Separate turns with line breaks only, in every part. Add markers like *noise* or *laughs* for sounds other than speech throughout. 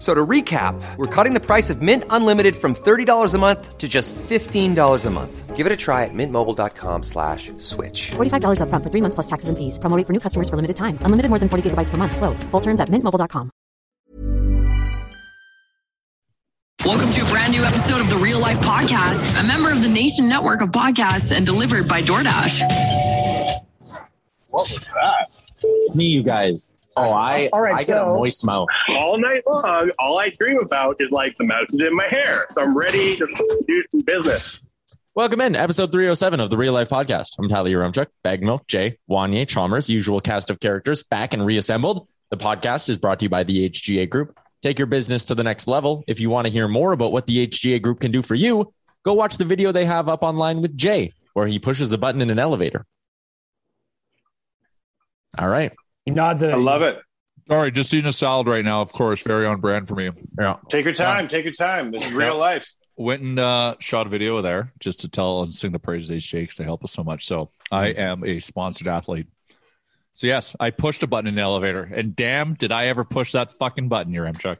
So to recap, we're cutting the price of Mint Unlimited from $30 a month to just $15 a month. Give it a try at mintmobile.com slash switch.
$45 upfront for three months plus taxes and fees. Promo rate for new customers for limited time. Unlimited more than 40 gigabytes per month. Slows. Full terms at mintmobile.com.
Welcome to a brand new episode of the Real Life Podcast, a member of the Nation Network of Podcasts and delivered by DoorDash.
What was that?
me, you guys. Oh, I
All right,
I got
so-
a moist mouth.
All night long, all I dream about is like the mountains in my hair. So I'm ready to do some business.
Welcome in, episode 307 of the Real Life Podcast. I'm Tyler Yaromchuk, Bag Milk, Jay, Wanye, Chalmers, usual cast of characters back and reassembled. The podcast is brought to you by the HGA Group. Take your business to the next level. If you want to hear more about what the HGA Group can do for you, go watch the video they have up online with Jay, where he pushes a button in an elevator. All right.
He nods at
I love it.
Sorry, just eating a salad right now, of course. Very on brand for me.
Yeah.
Take your time. Take your time. This is real life.
Went and uh, shot a video there just to tell and sing the praise of these shakes. They help us so much. So I am a sponsored athlete. So yes, I pushed a button in the elevator, and damn, did I ever push that fucking button, your Chuck.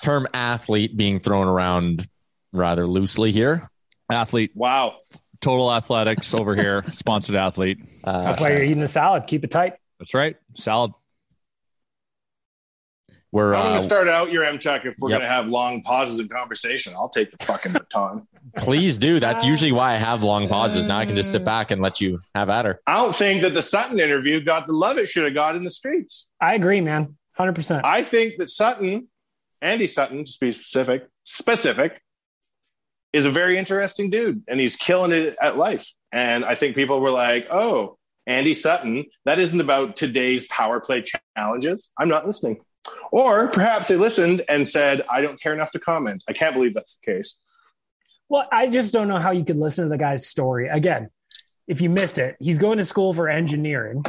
Term athlete being thrown around rather loosely here.
Athlete,
Wow.
total athletics over here, sponsored athlete.
Uh,
That's why you're eating the salad. Keep it tight.
That's right, salad.
we're
I'm *laughs* going
uh,
to start out your M check if we're
Yep.
going to have long pauses in conversation. I'll take the fucking baton.
Please do. That's usually why I have long pauses. Now I can just sit back and let you have at her.
I don't think that the Sutton interview got the love it should have got in the streets.
I agree, man. 100%.
*laughs* I think that Sutton, Andy Sutton, to be specific, specific, is a very interesting dude, and he's killing it at life. And I think people were like, "Oh, Andy Sutton, that isn't about today's power play challenges. I'm not listening." Or perhaps they listened and said, "I don't care enough to comment." I can't believe that's the case.
Well, I just don't know how you could listen to the guy's story. Again, if you missed it, he's going to school for engineering,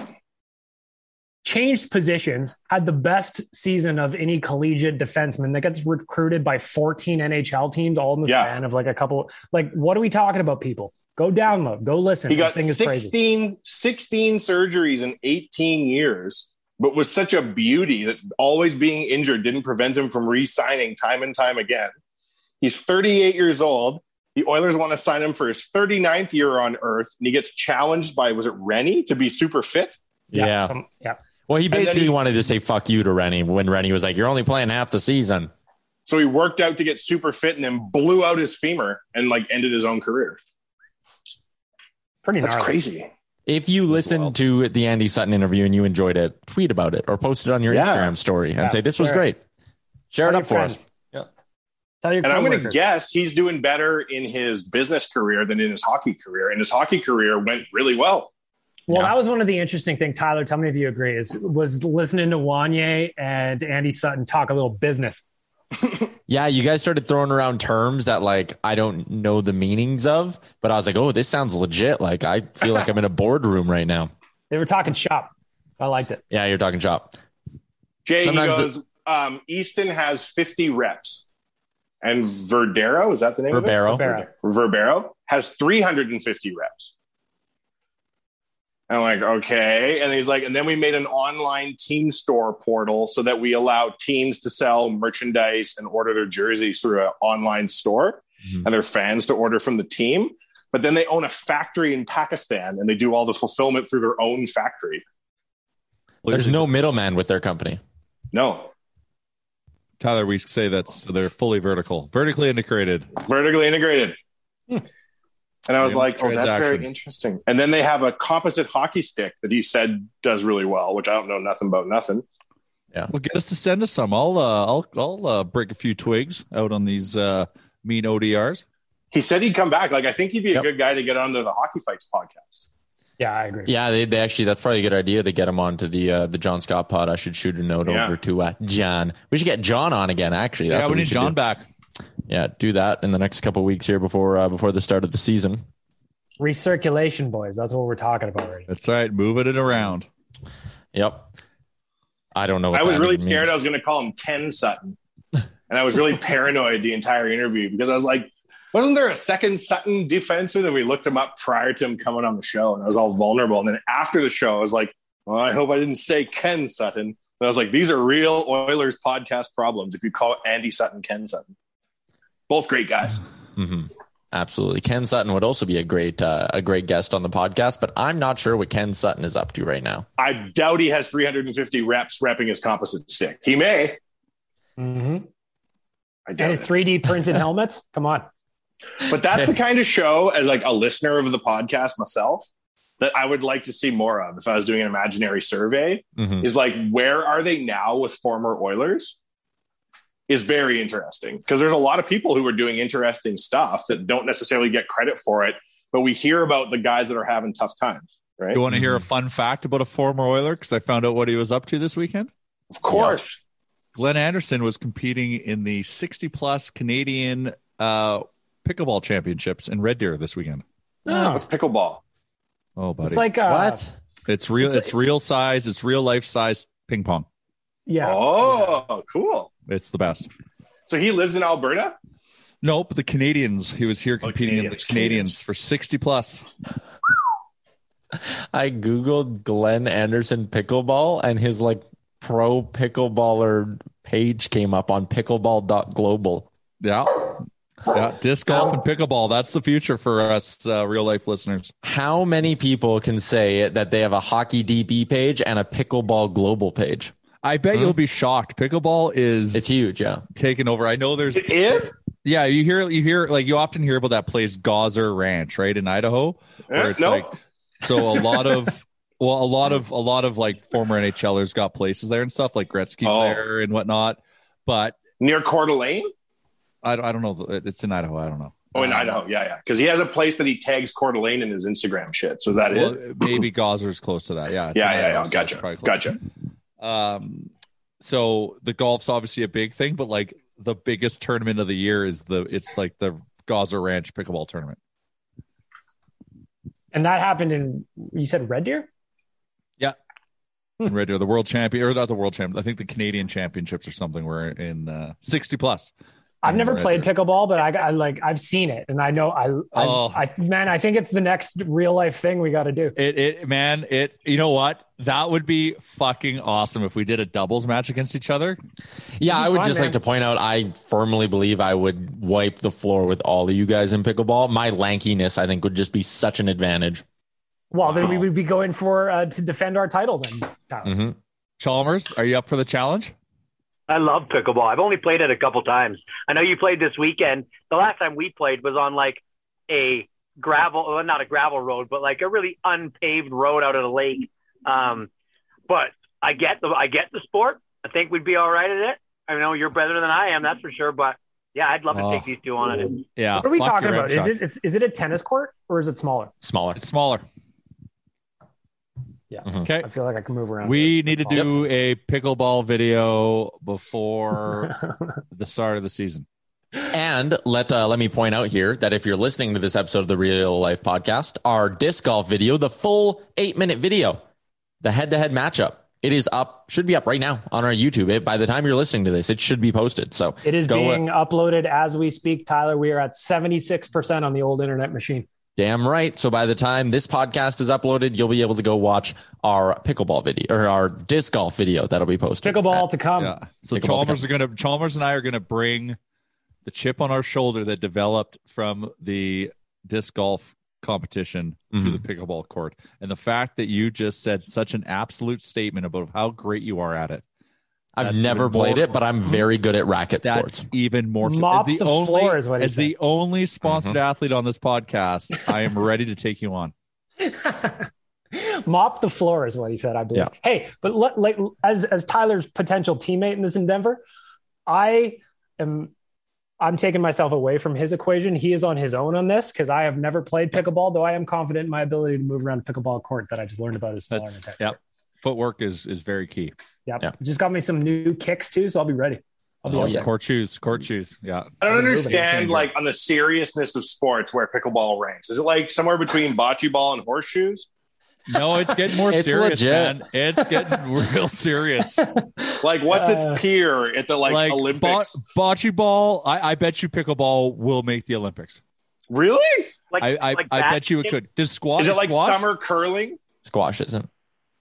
changed positions, had the best season of any collegiate defenseman that gets recruited by 14 NHL teams all in the
Yeah.
span of like a couple. Like, what are we talking about, people? Go download, go listen.
He
and
got
sing his praises.
16, 16 surgeries in 18 years, but was such a beauty that always being injured didn't prevent him from re signing time and time again. He's 38 years old. The Oilers want to sign him for his 39th year on earth, and he gets challenged by, was it Rennie, to be super fit?
Yeah.
some- yeah.
Well, he
then
basically
he-
wanted to say fuck you to Rennie when Rennie was like, "You're only playing half the season."
So he worked out to get super fit and then blew out his femur and like ended his own career.
Pretty
That's
gnarly.
crazy.
If you listened
wild.
to the Andy Sutton interview and you enjoyed it, tweet about it or post it on your
Yeah.
Instagram story and
Yeah,
say this was
share
great. Share it
Tell
up
your
for
friends.
us.
Tell your
And I'm going to
coworkers.
guess he's doing better in his business career than in his hockey career. And his hockey career went really well.
Well,
Yeah.
that was one of the interesting things. Tyler, tell me if you agree. Is was listening to Wanye and Andy Sutton talk a little business.
yeah, you guys started throwing around terms that like I don't know the meanings of, but I was like, oh, this sounds legit. Like I feel like I'm
*laughs*
in a boardroom right now.
They were talking shop. I liked it.
Yeah, you're talking shop.
Jay he
Sometimes
goes, um, Easton has 50 reps. And Verdero, is that the name
Verbero.
of it? Verbero. Verbero has 350 reps. And I'm like, okay. And he's like, and then we made an online team store portal so that we allow teams to sell merchandise and order their jerseys through an online store
Mm-hmm.
and their fans to order from the team. But then they own a factory in Pakistan and they do all the fulfillment through their own factory.
There's no middleman with their company.
No.
Tyler, we say that's they're fully vertical, vertically integrated.
vertically integrated. And I was
Yeah,
like, oh, that's
transaction.
very interesting. And then they have a composite hockey stick that he said does really well, which I don't know nothing about nothing.
Yeah.
Well, get us to send us some. I'll uh, I'll I'll uh, break a few twigs out on these uh, mean ODRs.
He said he'd come back. Like, I think he'd be a good guy to get onto the Hockey Fights podcast.
Yeah, I agree.
Yeah, they, they actually that's probably a good idea to get him onto the uh, the John Scott pod. I should shoot a note
Yeah.
over to uh, John. We should get John on again. Actually, that's
yeah,
what
we
we
need
should
John
do.
back.
Yeah, do that in the next couple weeks here before uh, before the start of the season.
Recirculation, boys. That's what we're talking about right
That's right. Moving it around.
Yep. I don't know.
I was really scared I
of
was going to call him Ken Sutton. And I was really paranoid the entire interview because I was like, wasn't there a second Sutton defenseman? And we looked him up prior to him coming on the show, and I was all vulnerable. And then after the show, I was like, well, I hope I didn't say Ken Sutton. And I was like, these are real Oilers podcast problems if you call Andy Sutton Ken Sutton. Both great guys.
hmm Absolutely. Ken Sutton would also be a great uh, a great guest on the podcast, but I'm not sure what Ken Sutton is up to right now.
I doubt he has 350 reps repping his composite stick. He may.
now. Mm-hmm.
I doubt
And his
it.
3D printed helmets. Come on.
But that's
*laughs*
the kind of show, as like a listener of the podcast myself, that I would like to see more of. If I was doing an imaginary survey,
Mm-hmm.
Mhm.
is like where are they now with former Oilers? Is very interesting because there's a lot of people who are doing interesting stuff that don't necessarily get credit for it, but we hear about the guys that are having tough times, right?
You want to hear a fun fact about a former Oiler? Because I found out what he was up to this weekend.
Of course,
Glenn Anderson was competing in the 60 plus Canadian uh, pickleball championships in Red Deer this weekend.
No.
with pickleball.
Oh, buddy,
It's like uh,
What?
it's real. It's, real size. It's real life size ping pong.
Yeah.
Oh, cool.
It's the best.
So he lives in Alberta.
No, but the Canadians. He was here competing in the
Canadians,
Canadians,
Canadians.
for 60 plus.
*laughs* I googled Glenn Anderson pickleball and his like pro pickleballer page came up on pickleball.global.
Yeah. Yeah, disc golf and pickleball. That's the future for us uh, real life listeners.
How many people can say that they have a hockey DB page and a pickleball global page?
I bet you'll be shocked. Pickleball is
It's huge, yeah.
taken over. I know there's
It is.
Yeah, you hear you hear like you often hear about that place Gauzer Ranch, right in Idaho,
Eh,
where it's
no.
like so a lot of *laughs* well a lot of a lot of like former NHLers got places there and stuff like Gretzky's
Oh.
there and whatnot. But
Near Coeur d'Alene?
I, don't- I don't know. It's in Idaho. I don't know.
Oh, in
Um,
Idaho. Yeah, yeah. Because he has a place that he tags Coeur d'Alene in his Instagram shit. So is that
Well,
it?
maybe Gauzer's close to that. Yeah. it's
Yeah,
in
yeah,
Idaho,
yeah.
so it's
Gotcha.
probably close.
Gotcha.
Um, so the golf's obviously a big thing, but like the biggest tournament of the year is the it's like the Gauzer Ranch pickleball tournament.
And that happened in, you said Red Deer?
in Red Deer, the world champion or not the world champion. I think the Canadian championships or something were in uh, sixty plus.
I've
in
never
Red
played
Deer.
pickleball, but I, I like I've seen it, and I know I, I,
Oh.
I man, I think it's the next real life thing we got to do.
It, it, man, it. You know what? That would be fucking awesome if we did a doubles match against each other.
Yeah,
It'd be
I would
fun,
just
man.
like to point out I firmly believe I would wipe the floor with all of you guys in pickleball. My lankiness, I think, would just be such an advantage.
Well, then we would be going for uh, to defend our title then. Tyler.
Mm-hmm.
Mhm.
Chalmers, are you up for the challenge?
I love pickleball. I've only played it a couple times. I know you played this weekend. The last time we played was on like a gravel, well, not a gravel road, but like a really unpaved road out of the lake. Um, but I get the I get the sport. I think we'd be all right at it. I know you're better than I am, that's for sure. But yeah, I'd love to
Oh.
take these two on it.
Yeah.
What are we
fuck
talking
your
about?
rim
Is
shot.
it is, is it a tennis court or is it smaller?
Smaller.
It's smaller?
Yeah.
Okay.
I feel like I can move around.
We
here.
need to
That's fine.
do a pickleball video before the start of the season.
And let uh, let me point out here that if you're listening to this episode of the Real Life Podcast, our disc golf video, the full eight minute video, the head to head matchup, it is up, should be up right now on our YouTube. It, by the time you're listening to this, it should be posted. So
It is
go, uh,
being uploaded as we speak, Tyler. We are at 76% on the old internet machine.
damn right. So by the time this podcast is uploaded, you'll be able to go watch our pickleball video or our disc golf video that'll be posted.
Pickleball to come.
Yeah. So
Pickleball
Um, Chalmers
to
are gonna Chalmers and I are gonna bring the chip on our shoulder that developed from the disc golf competition to the
Mm-hmm.
pickleball court. And the fact that you just said such an absolute statement about how great you are at it.
I've never played it, but I'm very good at racket
That's e-,
sports.
even more as
Mop
the
the
only,
floor is what he
as the only sponsored
Mm-hmm.
athlete on this podcast, I am ready to take you on.
Mop the floor is what he said, I believe.
Yeah.
Hey, but let, like as as Tyler's potential teammate in this endeavor, I am I'm taking myself away from his equation. He is on his own on this because I have never played pickleball, though I am confident in my ability to move around a pickleball court that I just learned about as smaller
That's
than
yep. Footwork is is very key.
Yep. Just got me some new kicks too, so I'll be ready. I'll be
Oh,
out
yeah.
there.
Court shoes, court shoes. Yeah.
I don't
Moving.
understand,
Changer.
like, on the seriousness of sports where pickleball ranks. Is it like somewhere between bocce ball and horseshoes?
No, it's getting more
It's
serious,
legit.
man. It's getting real serious.
Like, what's
Uh,
its peer at the like, Olympics?
bo- bocce ball. I, I bet you pickleball will make the Olympics.
really?
Like, I, I, I bet you it could. Does squash?
Is it like
squash?
summer curling?
Squash isn't.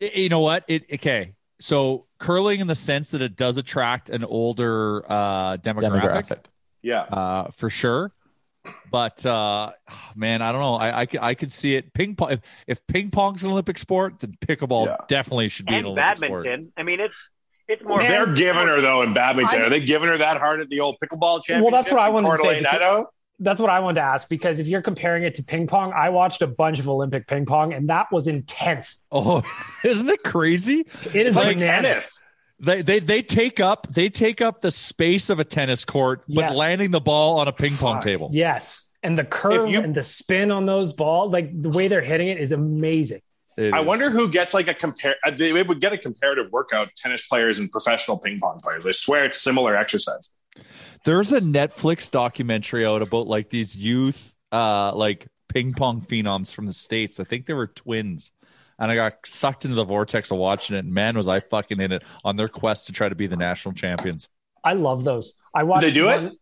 Y- You know what? It okay. So curling in the sense that it does attract an older uh, demographic,
Demographic.
Yeah.
Uh, for sure. But uh, man, I don't know. I, I could I could see it. Ping pong. If, if ping pong's an Olympic sport, then pickleball definitely should be an
and
Olympic sport.
badminton. I mean, it's it's more.
They're giving her though in badminton.
I-
Are they giving her that hard at the old pickleball championship?
Well, that's what I wanted to say. because-
Idaho?
That's what I wanted to ask because if you're comparing it to ping pong, I watched a bunch of Olympic ping pong and that was intense.
Oh, isn't it crazy?
It is
Like
bananas.
tennis. They, they they take up they take up the space of a tennis court, but
Yes.
landing the ball on a ping pong table.
Yes. And the curve
you-
and the spin on those balls, like the way they're hitting it is amazing.
I wonder who gets like a compare. uh, They they would get a comparative workout: tennis players and professional ping pong players. I swear it's similar exercise.
There's a Netflix documentary out about like these youth uh like ping pong phenoms from the states. I think they were twins. And I got sucked into the vortex of watching it. And man, was I fucking in it on their quest to try to be the national champions.
I love those. I watched
do it?
one-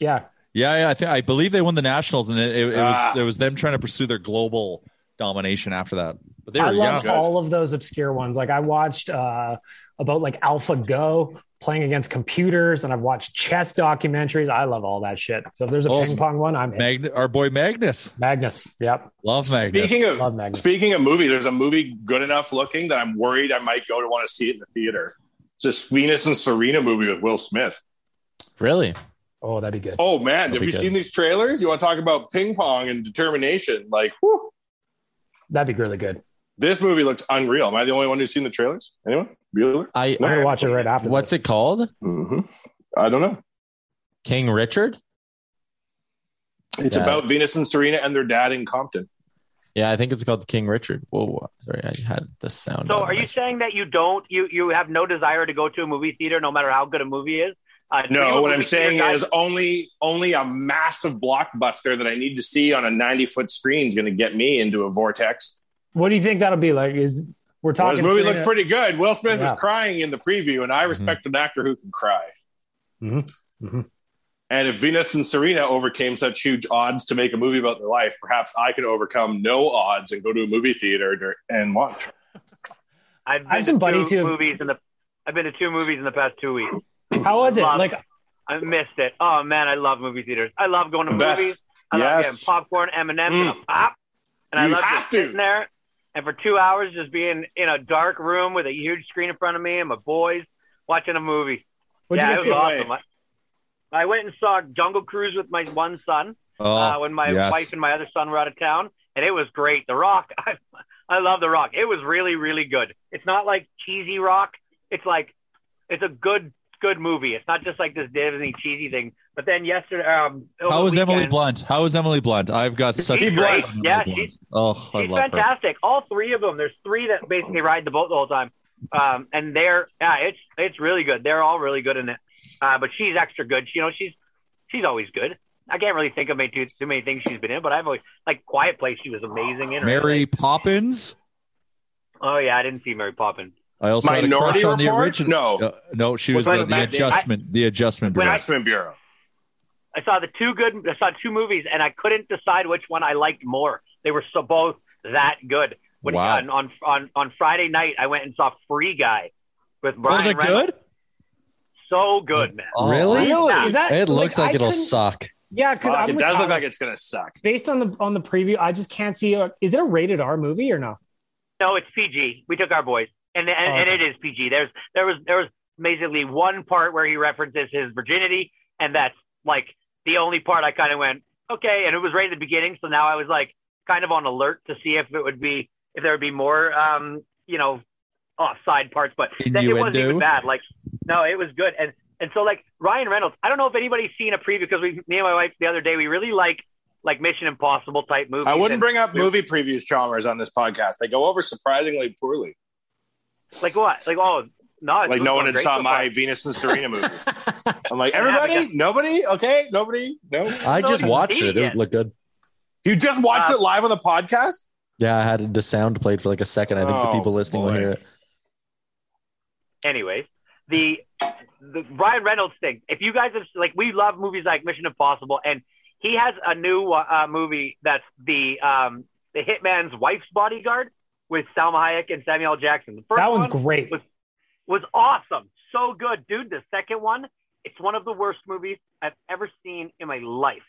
Yeah.
Yeah, yeah I think I believe they won the nationals, and it, it, it
Ah.
was it was them trying to pursue their global domination after that. But they were
I love
young.
all of those obscure ones. Like I watched uh, about like AlphaGo playing against computers, and I've watched chess documentaries. I love all that shit. So if there's a
Oh,
ping pong one, I'm in.
Magn- our boy Magnus.
Magnus. Yep.
Love Magnus.
Speaking of
Love Magnus.
speaking of movie, there's a movie good enough looking that I'm worried I might go to want to see it in the theater. It's this Venus and Serena movie with Will Smith.
Really?
Oh, that'd be good.
Oh man,
That'd
have
be
you
good.
seen these trailers? You want to talk about ping pong and determination? Like, whew,
That'd be really good.
this movie looks unreal. Am I the only one who's seen the trailers? Anyone? Bueller?
I
I'm gonna watch it right after.
What's it called?
Mm-hmm. I don't know.
King Richard?
It's
Yeah.
about Venus and Serena and their dad in Compton.
Yeah, I think it's called King Richard. Whoa, sorry, I had the sound.
So,
on.
are you saying that you don't you you have no desire to go to a movie theater, no matter how good a movie is? Uh, Dream
No, what
of
I'm
Movie
saying
Theater
is only only a massive blockbuster that I need to see on a 90 foot screen is going to get me into a vortex.
What do you think that'll be like? Is we're
Well,
talking
this movie
Serena-
looks pretty good. Will Smith
Yeah. Mm-hmm.
was crying in the preview, and I respect an actor who can cry. And if Venus and Serena overcame such huge odds to make a movie about their life, perhaps I could overcome no odds and go to a movie theater dur- and watch.
I've been
I have some
to
buddies
two
who have-
movies in the. I've been to two movies in the past two weeks.
How was it?
Love-
Like
I missed it. Oh man, I love movie theaters. I love going to
The best.
movies. I love getting
Yes.
popcorn, M and M's, and a pop. And I
You
love
have
just sitting there and for two hours just being in a dark room with a huge screen in front of me and my boys watching a movie.
What'd
yeah,
you
it
guys
was
see?
awesome. I, I went and saw Jungle Cruise with my one son
Oh,
uh, when my
yes.
wife and my other son were out of town, and it was great. The Rock, *laughs* I, I love The Rock. It was really, really good. It's not like cheesy rock. It's like it's a good, good movie. It's not just like this Disney cheesy thing. But then yesterday, um, over
How
the
is Emily
weekend-
Blunt? How is Emily Blunt? I've got such
She's
a
great.
crush on
Yeah,
Emily
she's-
Blunt. oh, I
She's
love her.
fantastic. All three of them. There's three that basically ride the boat the whole time. Um, and they're yeah, it's it's really good. They're all really good in it. Uh, but she's extra good. You know, she's she's always good. I can't really think of many too, too many things she's been in, but I've always like Quiet Place. She was amazing in. Or
Mary
anything.
Poppins.
Oh yeah, I didn't see Mary Poppins.
I also
Minority
had a crush on the
Report?
original.
No.
Uh, no, she
What
was
kind
uh,
of
the
bad day?
adjustment. the adjustment
When
bureau.
I-
Investment Bureau.
I saw the two good. I saw two movies, and I couldn't decide which one I liked more. They were so both that good. When,
Wow.
on, on on on Friday night, I went and saw Free Guy with Brian.
Was it
Reynolds.
good?
So good, man.
Oh,
Really?
Yeah.
It looks like,
I
it'll
couldn't-
suck.
Yeah, because
Fuck,
I'm
it
with
does
Tyler.
look like it's gonna suck.
based on the on the preview, I just can't see. A, is it a rated R movie or no?
No, it's PG. We took our boys, and and,
Oh,
and it
okay.
is PG. There's there was there was basically one part where he references his virginity, and that's like the only part I kind of went okay, and it was right at the beginning. So now I was like kind of on alert to see if it would be if there would be more um you know offside parts, but that it wasn't
Innuendo?
even bad. Like no, it was good, and and so like Ryan Reynolds. I don't know if anybody's seen a preview because we me and my wife the other day we really like like Mission Impossible type movies.
I wouldn't
and
bring up
we were-
movie previews, Chalmers, on this podcast. They go over surprisingly poorly.
Like what? Like oh no, it's
Like no
going
one had
great
saw
so far.
my Venus and
*laughs*
Serena movie. I'm like,
I haven't
everybody, nobody, okay, nobody, no.
I just watched it. It looked good.
You just watched it live on the podcast.
Yeah, I had the sound played for like a second. I think
Oh,
the people listening will hear it.
anyways, the the Ryan Reynolds thing. If you guys have like, we love movies like Mission Impossible, and he has a new uh, movie that's the um, the Hitman's Wife's Bodyguard with Salma Hayek and Samuel L. Jackson. The first
That one's
one
great.
Was, was awesome, so good, dude. The second one, it's one of the worst movies I've ever seen in my life.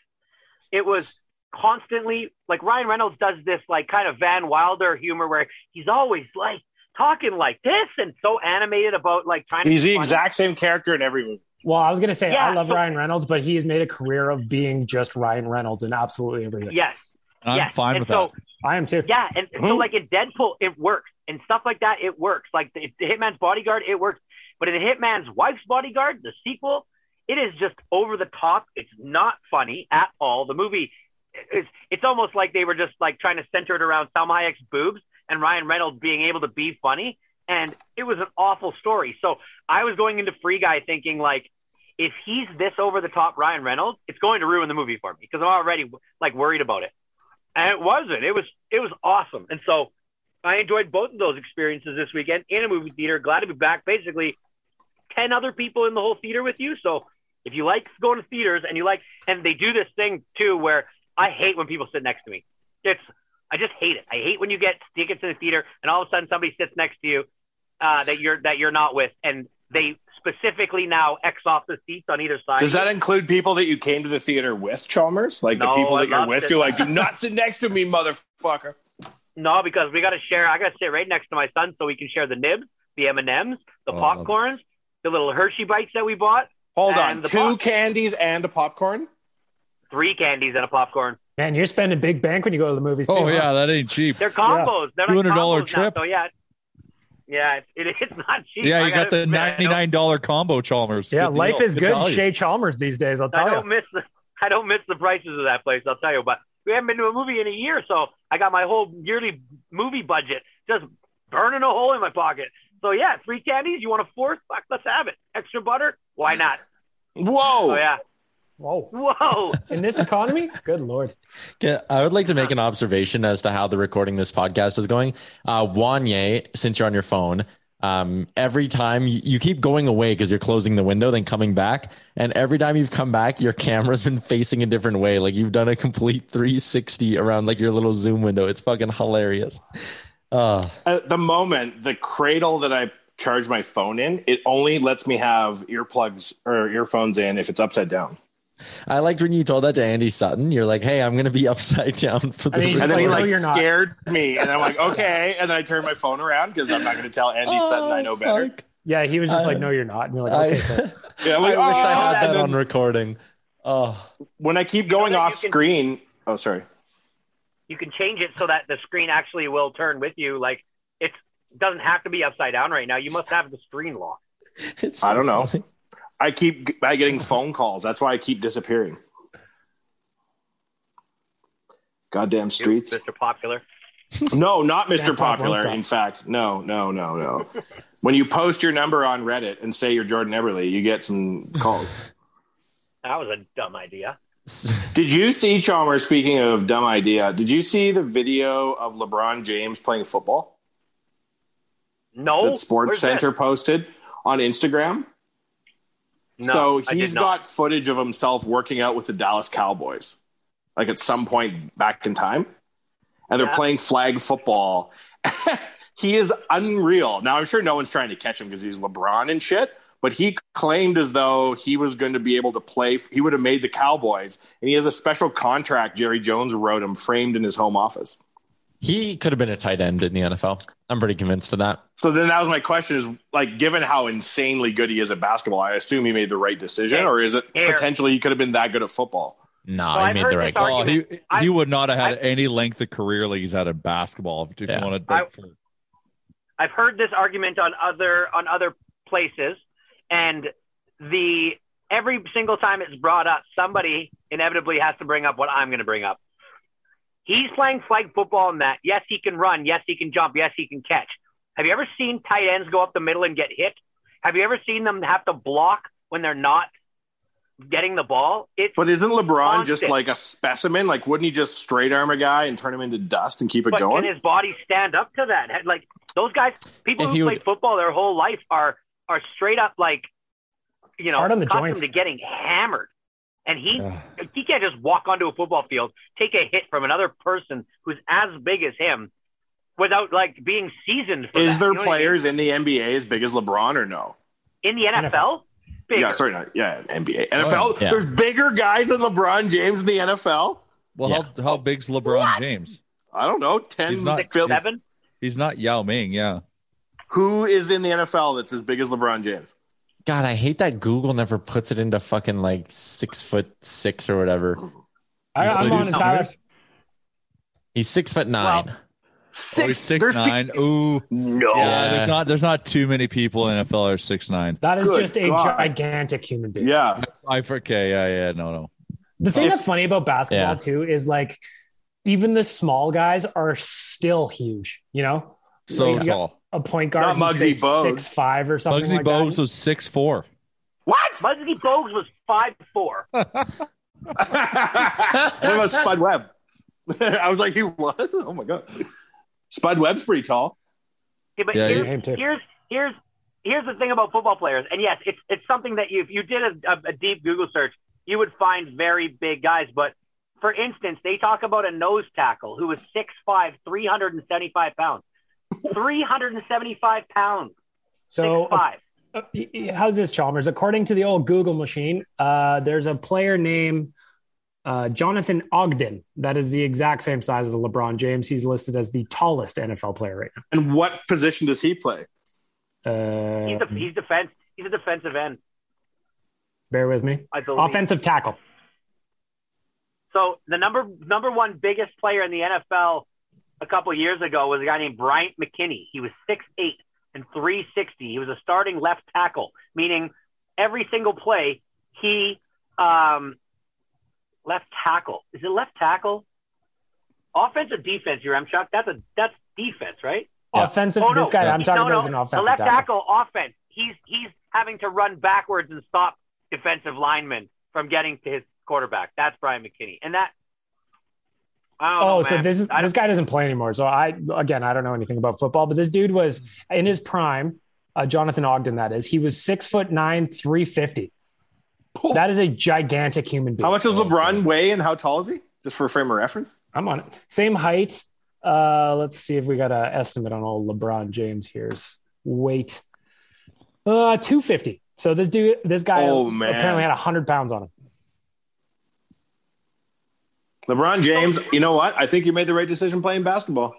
It was constantly like Ryan Reynolds does this like kind of Van Wilder humor where he's always like talking like this and so animated about like trying to
He's
be
the
funny.
exact same character in every movie.
Well, I was gonna say
Yeah,
I love
so-
Ryan Reynolds, but he's made a career of being just Ryan Reynolds in absolutely everything.
yes
I'm
yes.
fine
and
with
so,
I am *laughs* too.
yeah and so
Mhm.
like in Deadpool it works and stuff like that it works like the, the Hitman's Bodyguard it works but in the Hitman's Wife's Bodyguard the sequel it is just over the top it's not funny at all the movie it's it's almost like they were just like trying to center it around Salma Hayek's boobs and Ryan Reynolds being able to be funny, and it was an awful story. So I was going into Free Guy thinking like, if he's this over the top Ryan Reynolds, it's going to ruin the movie for me because I'm already like worried about it, and it wasn't. It was it was awesome, and so I enjoyed both of those experiences this weekend in a movie theater. Glad to be back. Basically, ten other people in the whole theater with you, so if you like going to theaters and you like, and they do this thing too where I hate when people sit next to me. It's I just hate it. I hate when you get tickets in the theater and all of a sudden somebody sits next to you uh, that you're that you're not with, and they specifically now X off the seats on either side.
Does that include people that you came to the theater with, Chalmers? Like
No,
the people
I
that you're
love
with,
this.
you're like, do not sit next to me, motherfucker.
No, Oh, because we got to share. I got to sit right next to my son so we can share the nibs, the M and M's, the
Oh, I love it.
popcorns, the little Hershey bites that we bought.
Hold
and
on,
the
two
pop-
candies and a popcorn.
three candies and a popcorn.
Man, you're spending big bank when you go to the movies.
Oh
too,
yeah,
huh?
that ain't cheap.
They're combos. They're like
$200
combos
trip.
Now, so yeah, yeah, it, it, it's not cheap.
Yeah,
I
you got
gotta
the
admit, I don't-
ninety-nine dollar combo, Chalmers.
Yeah,
Good
life
deal.
is good.
value.
Shay Chalmers these days. I'll
I
tell
don't
you.
miss the I don't miss the prices of that place. I'll tell you, but we haven't been to a movie in a year, so I got my whole yearly movie budget just burning a hole in my pocket. So yeah, three candies. You want a fourth? Fuck, let's have it. Extra butter? Why not?
Whoa!
Oh yeah.
Whoa.
Whoa.
In this economy, good lord.
Okay, I would like to
Uh-huh.
make an observation as to how the recording this podcast is going. Uh, Wanye, since you're on your phone, um, every time you, you keep going away because you're closing the window, then coming back, and every time you've come back, your camera's been facing a different way. Like you've done a complete 360 around like your little Zoom window. It's fucking hilarious. Uh,
At the moment, the cradle that I charge my phone in, it only lets me have earplugs or earphones in if it's upside down.
I liked when you told that to Andy Sutton. You're like, "Hey, I'm gonna be *laughs* upside down for the."
And he's
And
rest
then
of
he
No,
like
you're not.
scared me, and I'm like, okay. And then I turn my phone around because I'm not going to tell Andy
Oh,
Sutton I know better.
Yeah, he was just
I-
like, "No, you're not." And you're like,
I-
"Okay."
*laughs*
so-
Yeah, I'm
I
like,
wish I
"Ah,"
had
and
that
then
on recording. Oh,
When I keep going
that you
off
can-
screen, oh sorry.
*laughs* you can change it so that the screen actually will turn with you. Like it doesn't have to be upside down right now. You must have the screen lock.
it's
I don't know. I keep g- by getting phone calls. That's why I keep disappearing. Goddamn streets.
*laughs* Mr. Popular.
No, not
That's
Mr.
how it
Popular.
runs,
In fact, no, no, no, no. when you post your number on Reddit and say you're Jordan Eberle, you get some calls.
That was a dumb idea.
did you see Chalmers? Speaking of dumb idea, did you see the video of LeBron James playing football
No.
that Sports
where's
Center
that?
posted on Instagram?
No,
so
I did
he's
not.
got footage of himself working out with the Dallas Cowboys, like at some point back in time, and they're
Yeah.
playing flag football. *laughs* he is unreal. Now I'm sure no one's trying to catch him because he's LeBron and shit. But he claimed as though he was going to be able to play. He would have made the Cowboys, and he has a special contract Jerry Jones wrote him, framed in his home office.
He could have been a tight end in the NFL. I'm pretty convinced of that.
So then that was my question: is like, given how insanely good he is at basketball, I assume he made the right decision, or is it
Here.
potentially he could have been that good at football?
No,
Well, he I've made the heard right this call.
Oh, he,
argument.
he
I-
would not have had any length of career like he's had in basketball. If you want to,
I- I've heard this argument on other on other places, and the every single time it's brought up, somebody inevitably has to bring up what I'm going to bring up. He's playing flag football in that. Yes, he can run. Yes, he can jump. Yes, he can catch. Have you ever seen tight ends go up the middle and get hit? Have you ever seen them have to block when they're not getting the ball? It's
But isn't LeBron just
constant.
like a specimen? Like, wouldn't he just straight arm a guy and turn him into dust and keep it
but
going?
can his body stand up to that? Had- Like those guys, people
If
who
he
play
would-
football their whole life are are straight up like you know
Hard on the
accustomed
joints.
to getting hammered. And he he can't just walk onto a football field, take a hit from another person who's as big as him, without like being seasoned. For
Is
that.
there
You know what I mean?
players in the NBA as big as LeBron or no?
in the NFL? Bigger.
Yeah, sorry, not yeah, NBA,
Oh,
NFL.
yeah.
There's bigger guys than LeBron James in the NFL.
well, how how big's LeBron James?
I don't know, ten,
He's not
fil-
he's- He's not Yao Ming. Yeah,
Who is in the NFL that's as big as LeBron James?
Oh,
God, I hate that Google never puts it into fucking like six foot six or whatever.
I,
He's
I'm
two
on to Tyler.
He's six foot nine.
Oh, he's six nine. Ooh,
no.
Yeah,
Yeah.
there's not there's not too many people in NFL are six nine.
That is
Good
just a
God.
gigantic human being.
Yeah,
I okay. Yeah, yeah, no, no.
The thing
If-
that's funny about basketball
Yeah.
too is like even the small guys are still huge. You know,
So
Like, you got
tall.
A point guard,
Not
who's, say,
Muggsy Bogues.
six five or something.
Bugsy
like
Bogues
That.
was six four.
What?
Muggsy Bogues was five four.
What about Spud Webb? *laughs* I was like, he was. Oh my god, Spud Webb's pretty tall.
Yeah, but
Yeah,
here's,
you- Him too.
here's here's here's the thing about football players, and yes, it's it's something that you, if you did a, a, a deep Google search, you would find very big guys. But for instance, they talk about a nose tackle who was 6'5", 375 pounds, three hundred and seventy five pounds,
So
six five.
uh, uh, how's this, Chalmers? According to the old Google machine, uh, there's a player named uh, Jonathan Ogden that is the exact same size as LeBron James. He's listed as the tallest NFL player right now.
And what position does he play?
Uh,
He's a, he's defense. He's a defensive end.
bear with me.
I believe.
Offensive tackle.
So the number number one biggest player in the NFL a couple years ago was a guy named Bryant McKinney. He was 6'8 and 360. He was a starting left tackle, meaning every single play he um, left tackle. Is it left tackle? Offense or defense? Your M Chuck? That's a that's defense, right?
Offensive.
Oh, no.
This guy I'm talking
no,
about
no.
is an offensive
the left
tackle.
tackle. offense. He's he's having to run backwards and stop defensive linemen from getting to his quarterback. That's Brian McKinney, and that. I don't
Oh,
know,
so
man.
this is
I don't-
this guy doesn't play anymore. So I again, I don't know anything about football, but this dude was in his prime, uh, Jonathan Ogden. That is, he was six foot nine, three fifty. That is a gigantic human being.
How much does LeBron weigh and how tall is he? Just for a frame of reference.
I'm on it. Same height. Uh, let's see if we got an estimate on old LeBron James here's weight. Uh, two fifty. So this dude, this guy,
Oh, man.
apparently had hundred pounds on him.
LeBron James, you know what? I think you made the right decision playing basketball.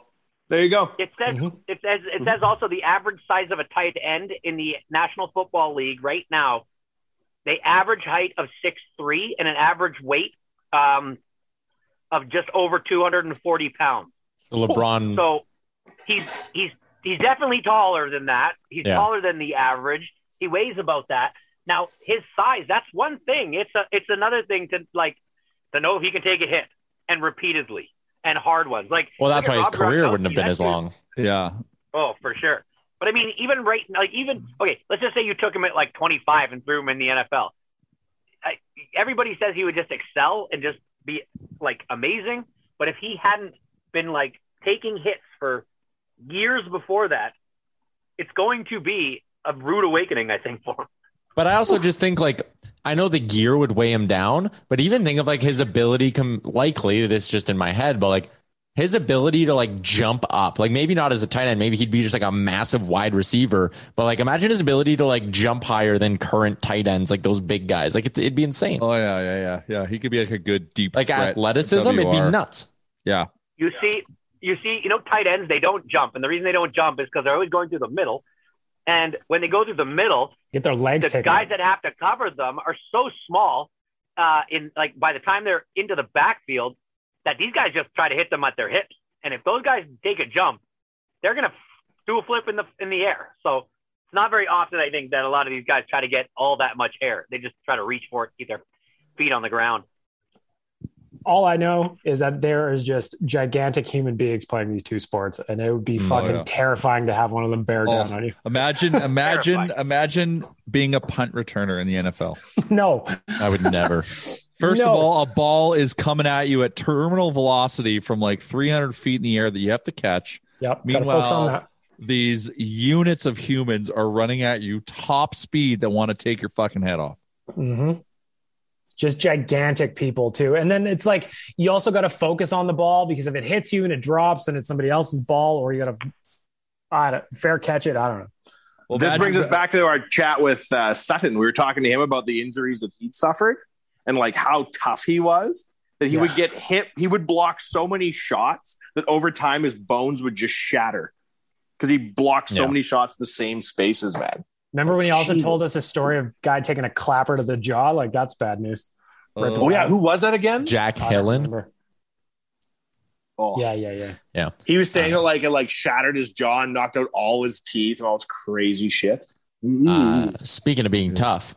There you go.
It says
Mm-hmm.
it says it says also the average size of a tight end in the National Football League right now, they average height of six three and an average weight um, of just over two hundred and forty pounds.
LeBron.
So he's he's he's definitely taller than that. He's
Yeah.
taller than the average. He weighs about that. Now his size—that's one thing. It's a—it's another thing to like to know if he can take a hit and repeatedly and hard ones. Like
Well, that's
look
why
at
his
Rob
career
Gronkowski,
wouldn't have been
that
as
dude-
long.
Yeah.
Oh, for sure. But I mean, even right, like even okay, let's just say you took him at like 25 and threw him in the NFL. I, everybody says he would just excel and just be like amazing, but if he hadn't been like taking hits for years before that, it's going to be a rude awakening, I think, for him.
But I also just think like I know the gear would weigh him down, but even think of like his ability com likely this is just in my head, but like his ability to like jump up, like maybe not as a tight end, maybe he'd be just like a massive wide receiver, but like imagine his ability to like jump higher than current tight ends, like those big guys, like it's, it'd be insane.
Oh yeah, yeah, yeah, yeah. He could be like a good deep
like
threat,
athleticism, it'd be
WR.
nuts.
Yeah.
You see, you see, you know, tight ends they don't jump, and the reason they don't jump is because they're always going through the middle. And when they go through the middle,
Get their legs
the
taken
guys
out.
that have to cover them are so small. Uh, in like by the time they're into the backfield, that these guys just try to hit them at their hips. And if those guys take a jump, they're gonna f- do a flip in the in the air. So it's not very often I think that a lot of these guys try to get all that much air. They just try to reach for it, keep their feet on the ground.
all I know is that there is just gigantic human beings playing these two sports, and it would be
Mm, oh,
fucking
yeah.
terrifying to have one of them bear down
Oh,
on you.
Imagine, imagine, imagine being a punt returner in the NFL.
No,
I would never. First
No.
of all, a ball is coming at you at terminal velocity from like 300 feet in the air that you have to catch.
Yep. Gotta
Meanwhile,
focus on that.
these units of humans are running at you top speed that want to take your fucking head off.
hmm Just gigantic people too, and then it's like you also got to focus on the ball because if it hits you and it drops, then it's somebody else's ball, or you got to, I don't fair catch it. I don't know.
this brings us back to our chat with uh, Sutton. We were talking to him about the injuries that he'd suffered and like how tough he was. That he would get hit, he would block so many shots that over time his bones would just shatter because he blocked so
Yeah.
many shots in the same spaces, man.
Remember when he also
Jesus.
told us a story of guy taking a clapper to the jaw? Like that's bad news. Right
oh yeah,
beside-
who was that again?
Jack Hillen.
Oh.
Yeah, yeah, yeah.
Yeah.
He was saying that like it like shattered his jaw and knocked out all his teeth and all this crazy shit. Mm.
Uh, speaking of being tough,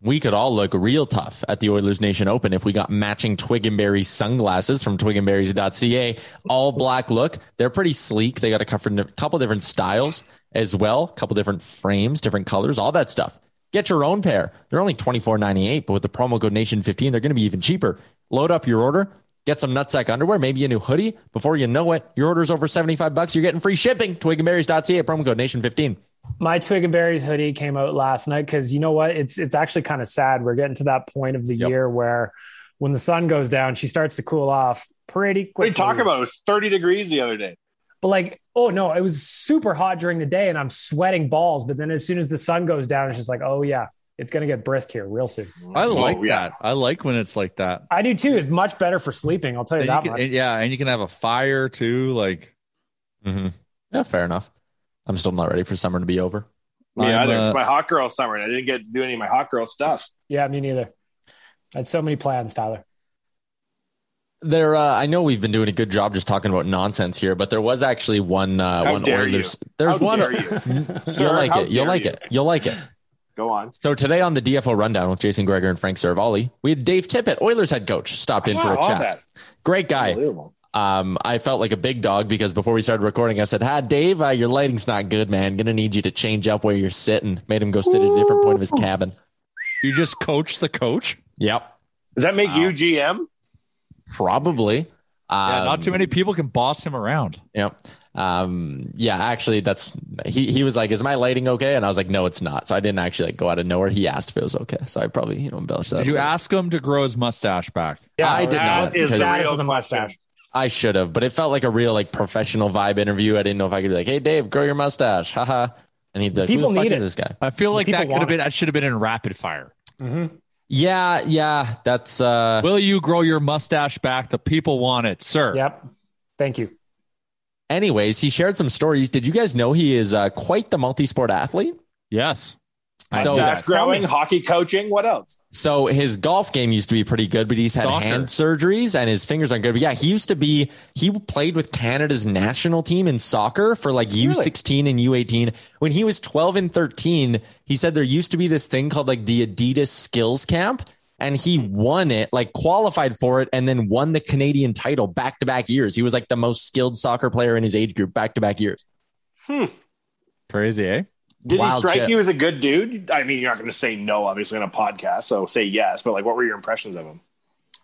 we could all look real tough at the Oilers Nation Open if we got matching Twig and Berry sunglasses from twigandberries.ca. All black look. They're pretty sleek. They got a couple, couple different styles as well, couple different frames, different colors, all that stuff. Get your own pair. They're only twenty four ninety eight, but with the promo code Nation15, they're going to be even cheaper. Load up your order, get some nutsack underwear, maybe a new hoodie. Before you know it, your order's over 75 bucks. You're getting free shipping. Twigandberries.ca, promo code Nation15.
My Twig and Berries hoodie came out last night because you know what? It's it's actually kind of sad. We're getting to that point of the year where when the sun goes down, she starts to cool off pretty
What are
quickly.
you talking about? It was 30 degrees the other day.
But like, oh no, it was super hot during the day and I'm sweating balls. But then as soon as the sun goes down, it's just like, oh yeah, it's gonna get brisk here real soon.
I
Oh,
like that. I like when it's like that.
I do too. It's much better for sleeping. I'll tell
And
you
you
that
can-
much.
and- yeah, and you can have a fire too. Like,
Mm-hmm.
yeah, fair enough. I'm still not ready for summer to be over.
Me
I'm,
either.
uh,
it's my hot girl summer, and I didn't get to do any of my hot girl stuff.
yeah, me neither. I had so many plans, Tyler.
There, uh, I know we've been doing a good job just talking about nonsense here, but there was actually one. Uh,
How
one
dare
Oilers.
you.
There's
How
one. *laughs*
dare
*laughs*
you. Sir,
will like
how
it. You'll
dare
like
you.
it. You'll like it.
Go on.
So today on the DFO rundown with Jason Greger and Frank Servali, we had Dave Tippett, Oilers head coach, stopped in
I
for a
saw
chat.
that.
Great guy. Um, I felt like a big dog because before we started recording, I said, "Hi, Dave, uh, your lighting's not good, man. Gonna need you to change up where you're sitting." Made him go sit at a different point of his cabin.
You just coach the coach.
Yep.
Does that make you GM?
Probably.
Yeah,
Um,
not too many people can boss him around.
Yeah. Um, yeah, actually that's he he was like, Is my lighting okay? And I was like, No, it's not. So I didn't actually like go out of nowhere. He asked if it was okay. So I probably, you know, embellished that.
Did you ask him to grow his mustache back?
Yeah, I did not. because
the mustache.
I should have, but it felt like a real like professional vibe interview. I didn't know if I could be like, Hey Dave, grow your mustache. Haha. And he'd be like,
People
Who the fuck
need
is
it.
this guy?
I feel like
People
that could
want
have
it.
been that should have been in rapid fire.
Mm-hmm.
Yeah, yeah. That's uh
Will you grow your mustache back? The people want it, sir.
Yep. Thank you.
Anyways, he shared some stories. Did you guys know he is uh, quite the multi-sport athlete?
Yes.
So-
Mustache growing, hockey coaching. What else?
So his golf game used to be pretty good, but he's had
Soccer.
hand surgeries and his fingers aren't good. But yeah, he used to be he played with Canada's national team in soccer for like U16 and U18. When he was 12 and 13, he said there used to be this thing called like the Adidas Skills Camp and he won it, like qualified for it and then won the Canadian title back to back years. He was like the most skilled soccer player in his age group back to back years.
Hmm.
Crazy, eh?
Did he
Wild
strike
shit.
you as a good dude? I mean, you're not going to say no, obviously, on a podcast. So say yes. But like, what were your impressions of him?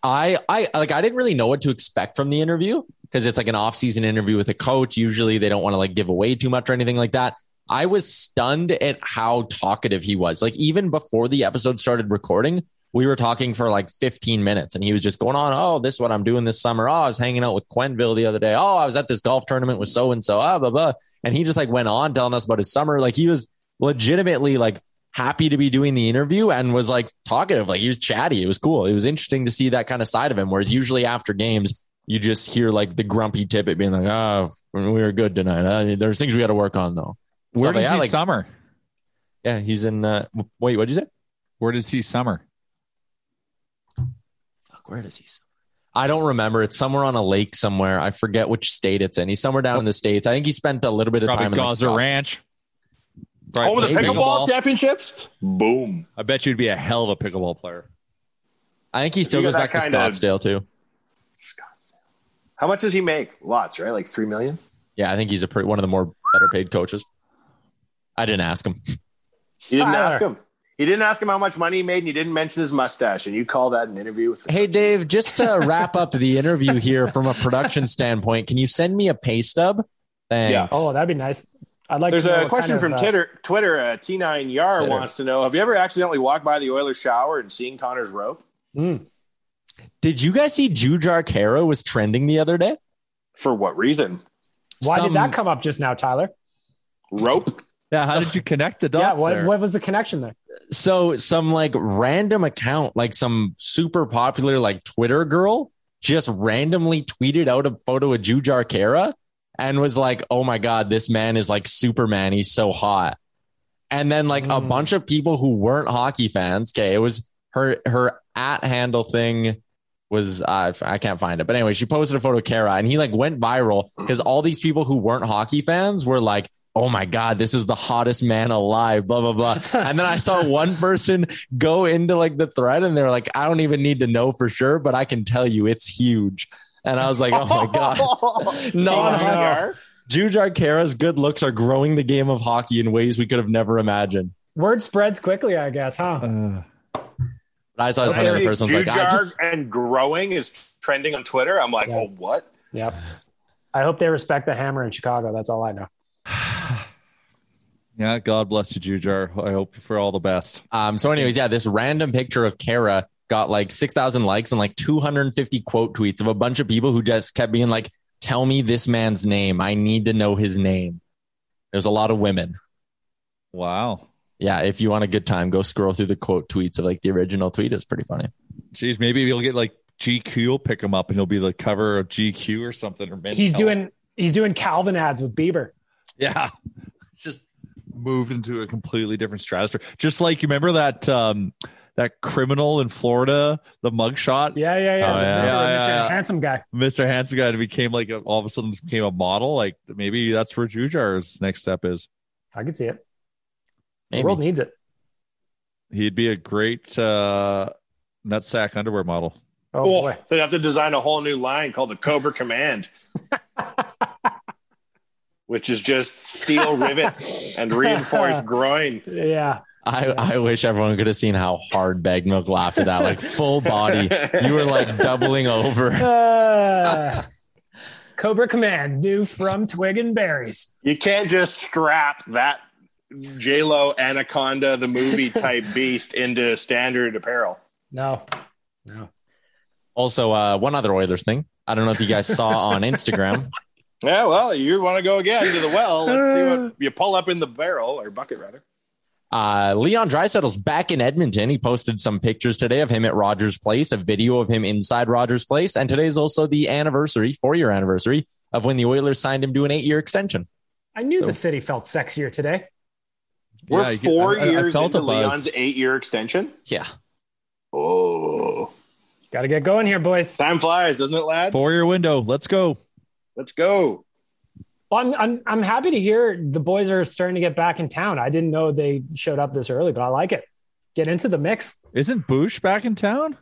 I I like I didn't really know what to expect from the interview because it's like an off-season interview with a coach. Usually they don't want to like give away too much or anything like that. I was stunned at how talkative he was. Like even before the episode started recording, we were talking for like 15 minutes and he was just going on, "Oh, this is what I'm doing this summer. Oh, I was hanging out with Quenville the other day. Oh, I was at this golf tournament with so and so. Ah, blah blah." And he just like went on telling us about his summer. Like he was legitimately like happy to be doing the interview and was like talkative. Like he was chatty. It was cool. It was interesting to see that kind of side of him. Whereas usually after games, you just hear like the grumpy tippet being like, oh, we were good tonight. Uh, there's things we got to work on though.
Where
Stuff like
does
that,
he
like-
summer?
Yeah, he's in. Uh, wait, what did you say?
Where does he summer?
Fuck, where does he? I don't remember. It's somewhere on a lake somewhere. I forget which state it's in. He's somewhere down in the states. I think he spent a little bit of
Probably
time
Gaza
in like,
Ranch.
Home of the
maybe.
pickleball championships. Boom.
I bet you'd be a hell of a pickleball player.
I think he still
You
goes
got
back to
that kinda-
Scottsdale too.
How much does he make? Lots, right? Like three million.
Yeah, I think he's a pretty, one of the more better paid coaches. I didn't ask him.
You didn't
Tyler.
ask him. You didn't ask him how much money he made, and you didn't mention his mustache. And you call that an interview with?
Hey, Dave, just to wrap up the interview here from a production standpoint, can you send me a pay stub? Thanks.
Yeah.
Oh, that'd be nice. I'd like.
There's
to know
a
what
question
kind
from
of, uh,
Twitter. Twitter uh, T9 Yar
Titter.
wants to know: Have you ever accidentally walked by the Oilers shower and seen Connor's rope?
Did you guys see Jujar Caro was trending the other day?
For what reason?
Why
Some-
did that come up just now, Tyler?
*laughs*
Rope.
Yeah, how did you connect the dots?
yeah. What,
there?
what was the connection there?
So some like random account, like some super popular like Twitter girl, just randomly tweeted out a photo of Jujar Kara and was like, "Oh my god, this man is like Superman. He's so hot." And then like
Mm.
a bunch of people who weren't hockey fans. Okay, it was her her at handle thing was uh, I can't find it, but anyway, she posted a photo of Kara and he like went viral because all these people who weren't hockey fans were like, "Oh my god, this is the hottest man alive." Blah blah blah. and then I saw one person go into like the thread and they're like, "I don't even need to know for sure, but I can tell you it's huge." And I was like, "Oh my
*laughs*
*laughs*
god."
T9
No,
Yar?
Jujar Kara's good looks are growing the game of hockey in ways we could have never imagined.
Word spreads quickly, I guess, huh?
Uh,
But I saw this one of the first ones like, I
Jujar
just,
and growing is trending on Twitter. I'm like, oh, what?
Yep. I hope they respect the hammer in Chicago. That's all I know.
Yeah, God bless you, Jujar. I hope for all the best.
um, so anyways, yeah, this random picture of Kara got like 6,000 likes and like 250 quote tweets of a bunch of people who just kept being like, tell me this man's name. I need to know his name. There's a lot of women.
Wow.
Yeah. If you want a good time, go scroll through the quote tweets of like the original tweet. It's pretty funny.
Jeez, maybe he'll get like GQ will pick him up and he'll be the cover of GQ or something. Or Men's
He's
Health.
doing he's doing Calvin ads with Bieber.
yeah. *laughs* Just moved into a completely different stratosphere. Just like you remember that um that criminal in Florida, the mugshot.
Yeah, yeah, yeah.
Oh, yeah.
Mr.
Yeah,
Mr.
yeah, yeah.
Handsome guy.
Mr. Handsome guy became like a, all of a sudden became a model. Like maybe that's where Jujar's next step is.
I could see it.
Maybe.
The world needs it.
He'd be a great uh nutsack underwear model.
Oh, boy.
They'd have to design a whole new line called the Cobra Command,
*laughs*
which is just steel rivets
*laughs*
and reinforced groin.
Yeah.
I, I wish everyone could have seen how hard Bag Milk laughed at that. Like full body. You were like doubling over. *laughs*
Uh, Cobra Command, new from Twig and Berries.
You can't just strap that J Lo Anaconda the movie type beast into standard apparel.
No. No.
Also, uh, one other Oilers thing. I don't know if you guys saw on Instagram.
Yeah, well, you want to go again to the well. Let's see what you pull up in the barrel or bucket, rather.
Uh, Leon Drysettle's back in Edmonton. He posted some pictures today of him at Rogers Place, a video of him inside Rogers Place, and today is also the anniversary, four-year anniversary of when the Oilers signed him to an eight-year extension.
I knew
So-
the city felt sexier today.
We're
Yeah, you-
four
I- I- I
years
felt
into
a buzz.
Leon's eight-year extension.
Yeah.
Oh,
got to get going here, boys.
Time flies, doesn't it, lads?
Four year window. Let's go.
Let's go.
Well, I'm, I'm I'm happy to hear the boys are starting to get back in town. I didn't know they showed up this early, but I like it. Get into the mix.
Isn't Boosh back in town?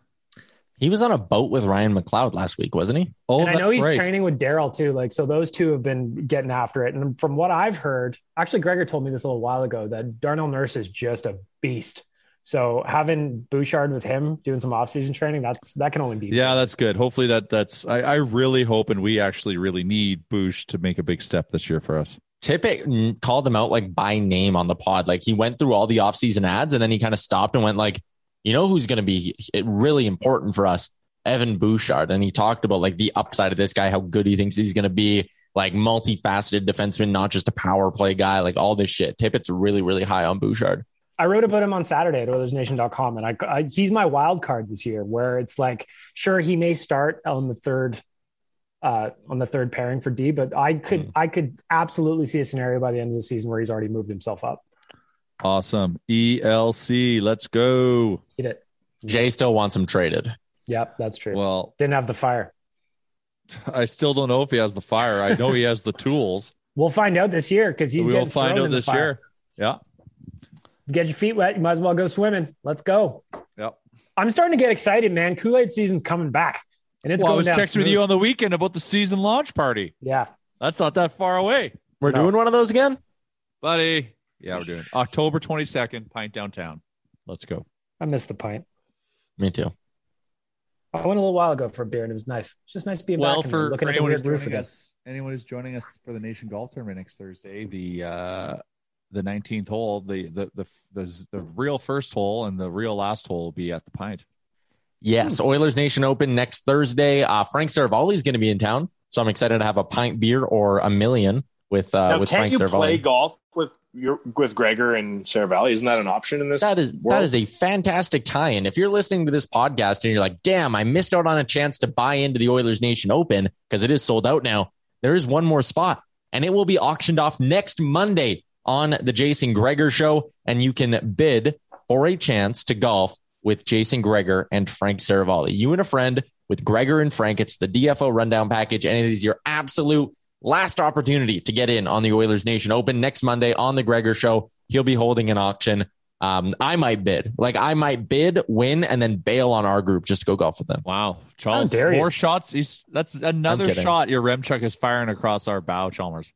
He was on a boat with Ryan McLeod last week, wasn't he?
Oh,
and I know he's training with Daryl too. Like, so those two have been getting after it. And from what I've heard, actually, Gregor told me this a little while ago that Darnell Nurse is just a beast. So having Bouchard with him doing some off-season training, that's that can only be.
Yeah, that's good. Hopefully that that's I, I really hope and we actually really need Boosh to make a big step this year for us.
Tippett called him out like by name on the pod. Like he went through all the offseason ads and then he kind of stopped and went like, you know who's going to be h- really important for us? Evan Bouchard. And he talked about like the upside of this guy, how good he thinks he's going to be, like multifaceted defenseman, not just a power play guy, like all this shit. Tippett's really, really high on Bouchard.
I wrote about him on Saturday at OilersNation.com, and I, I he's my wild card this year. Where it's like, sure, he may start on the third, uh, on the third pairing for D, but I could
Hmm.
I could absolutely see a scenario by the end of the season where he's already moved himself up.
Awesome. ELC, let's go.
Get it.
Jay still wants him traded.
Yep, that's true.
Well,
Didn't have the fire.
I still don't know if he has the fire. I know he has the tools.
We'll find out this year because he's
we will
getting thrown
find out
in the
this
fire.
year. Yeah.
Get your feet wet. You might as well go swimming. Let's go.
Yep.
I'm starting to get excited, man. Kool Aid season's coming back, and it's
well, I was
going down
texting with
smooth.
you on the weekend about the season launch party.
Yeah.
That's not that far away.
We're doing one of those again?
Buddy. Yeah, we're doing it. October 22nd, Pint Downtown. Let's go.
I missed the pint.
Me too.
I went a little while ago for a beer, and it was nice. It's just nice being
Well,
back and
for,
looking
for
at the
anyone, who's
weird roof
joining
again.
us, anyone who's joining us for the Nation Golf Tournament next Thursday, the uh, the 19th hole, the the, the the the real first hole and the real last hole will be at the Pint.
Yes, Oilers Nation Open next Thursday. Uh, Frank Servali's going to be in town, so I'm excited to have a pint beer or a million with uh,
now,
with
can't
Frank
you
Servali.
play golf with your with Gregor and Sarah Valley? Isn't that an option in this?
That is
world?
that is a fantastic tie-in. If you're listening to this podcast and you're like, "Damn, I missed out on a chance to buy into the Oilers Nation Open because it is sold out now." There is one more spot, and it will be auctioned off next Monday on the Jason Greger Show, and you can bid for a chance to golf with Jason Greger and Frank Saravalli. You and a friend with Greger and Frank. It's the DFO rundown package, and it is your absolute last opportunity to get in on the Oilers Nation Open next Monday on the Greger Show. He'll be holding an auction. Um, I might bid. Like I might bid, win, and then bail on our group just to go golf with them.
Wow, Charles,
dare you.
more shots. He's that's another
kidding.
shot your Remchuk is firing across our bow, Chalmers.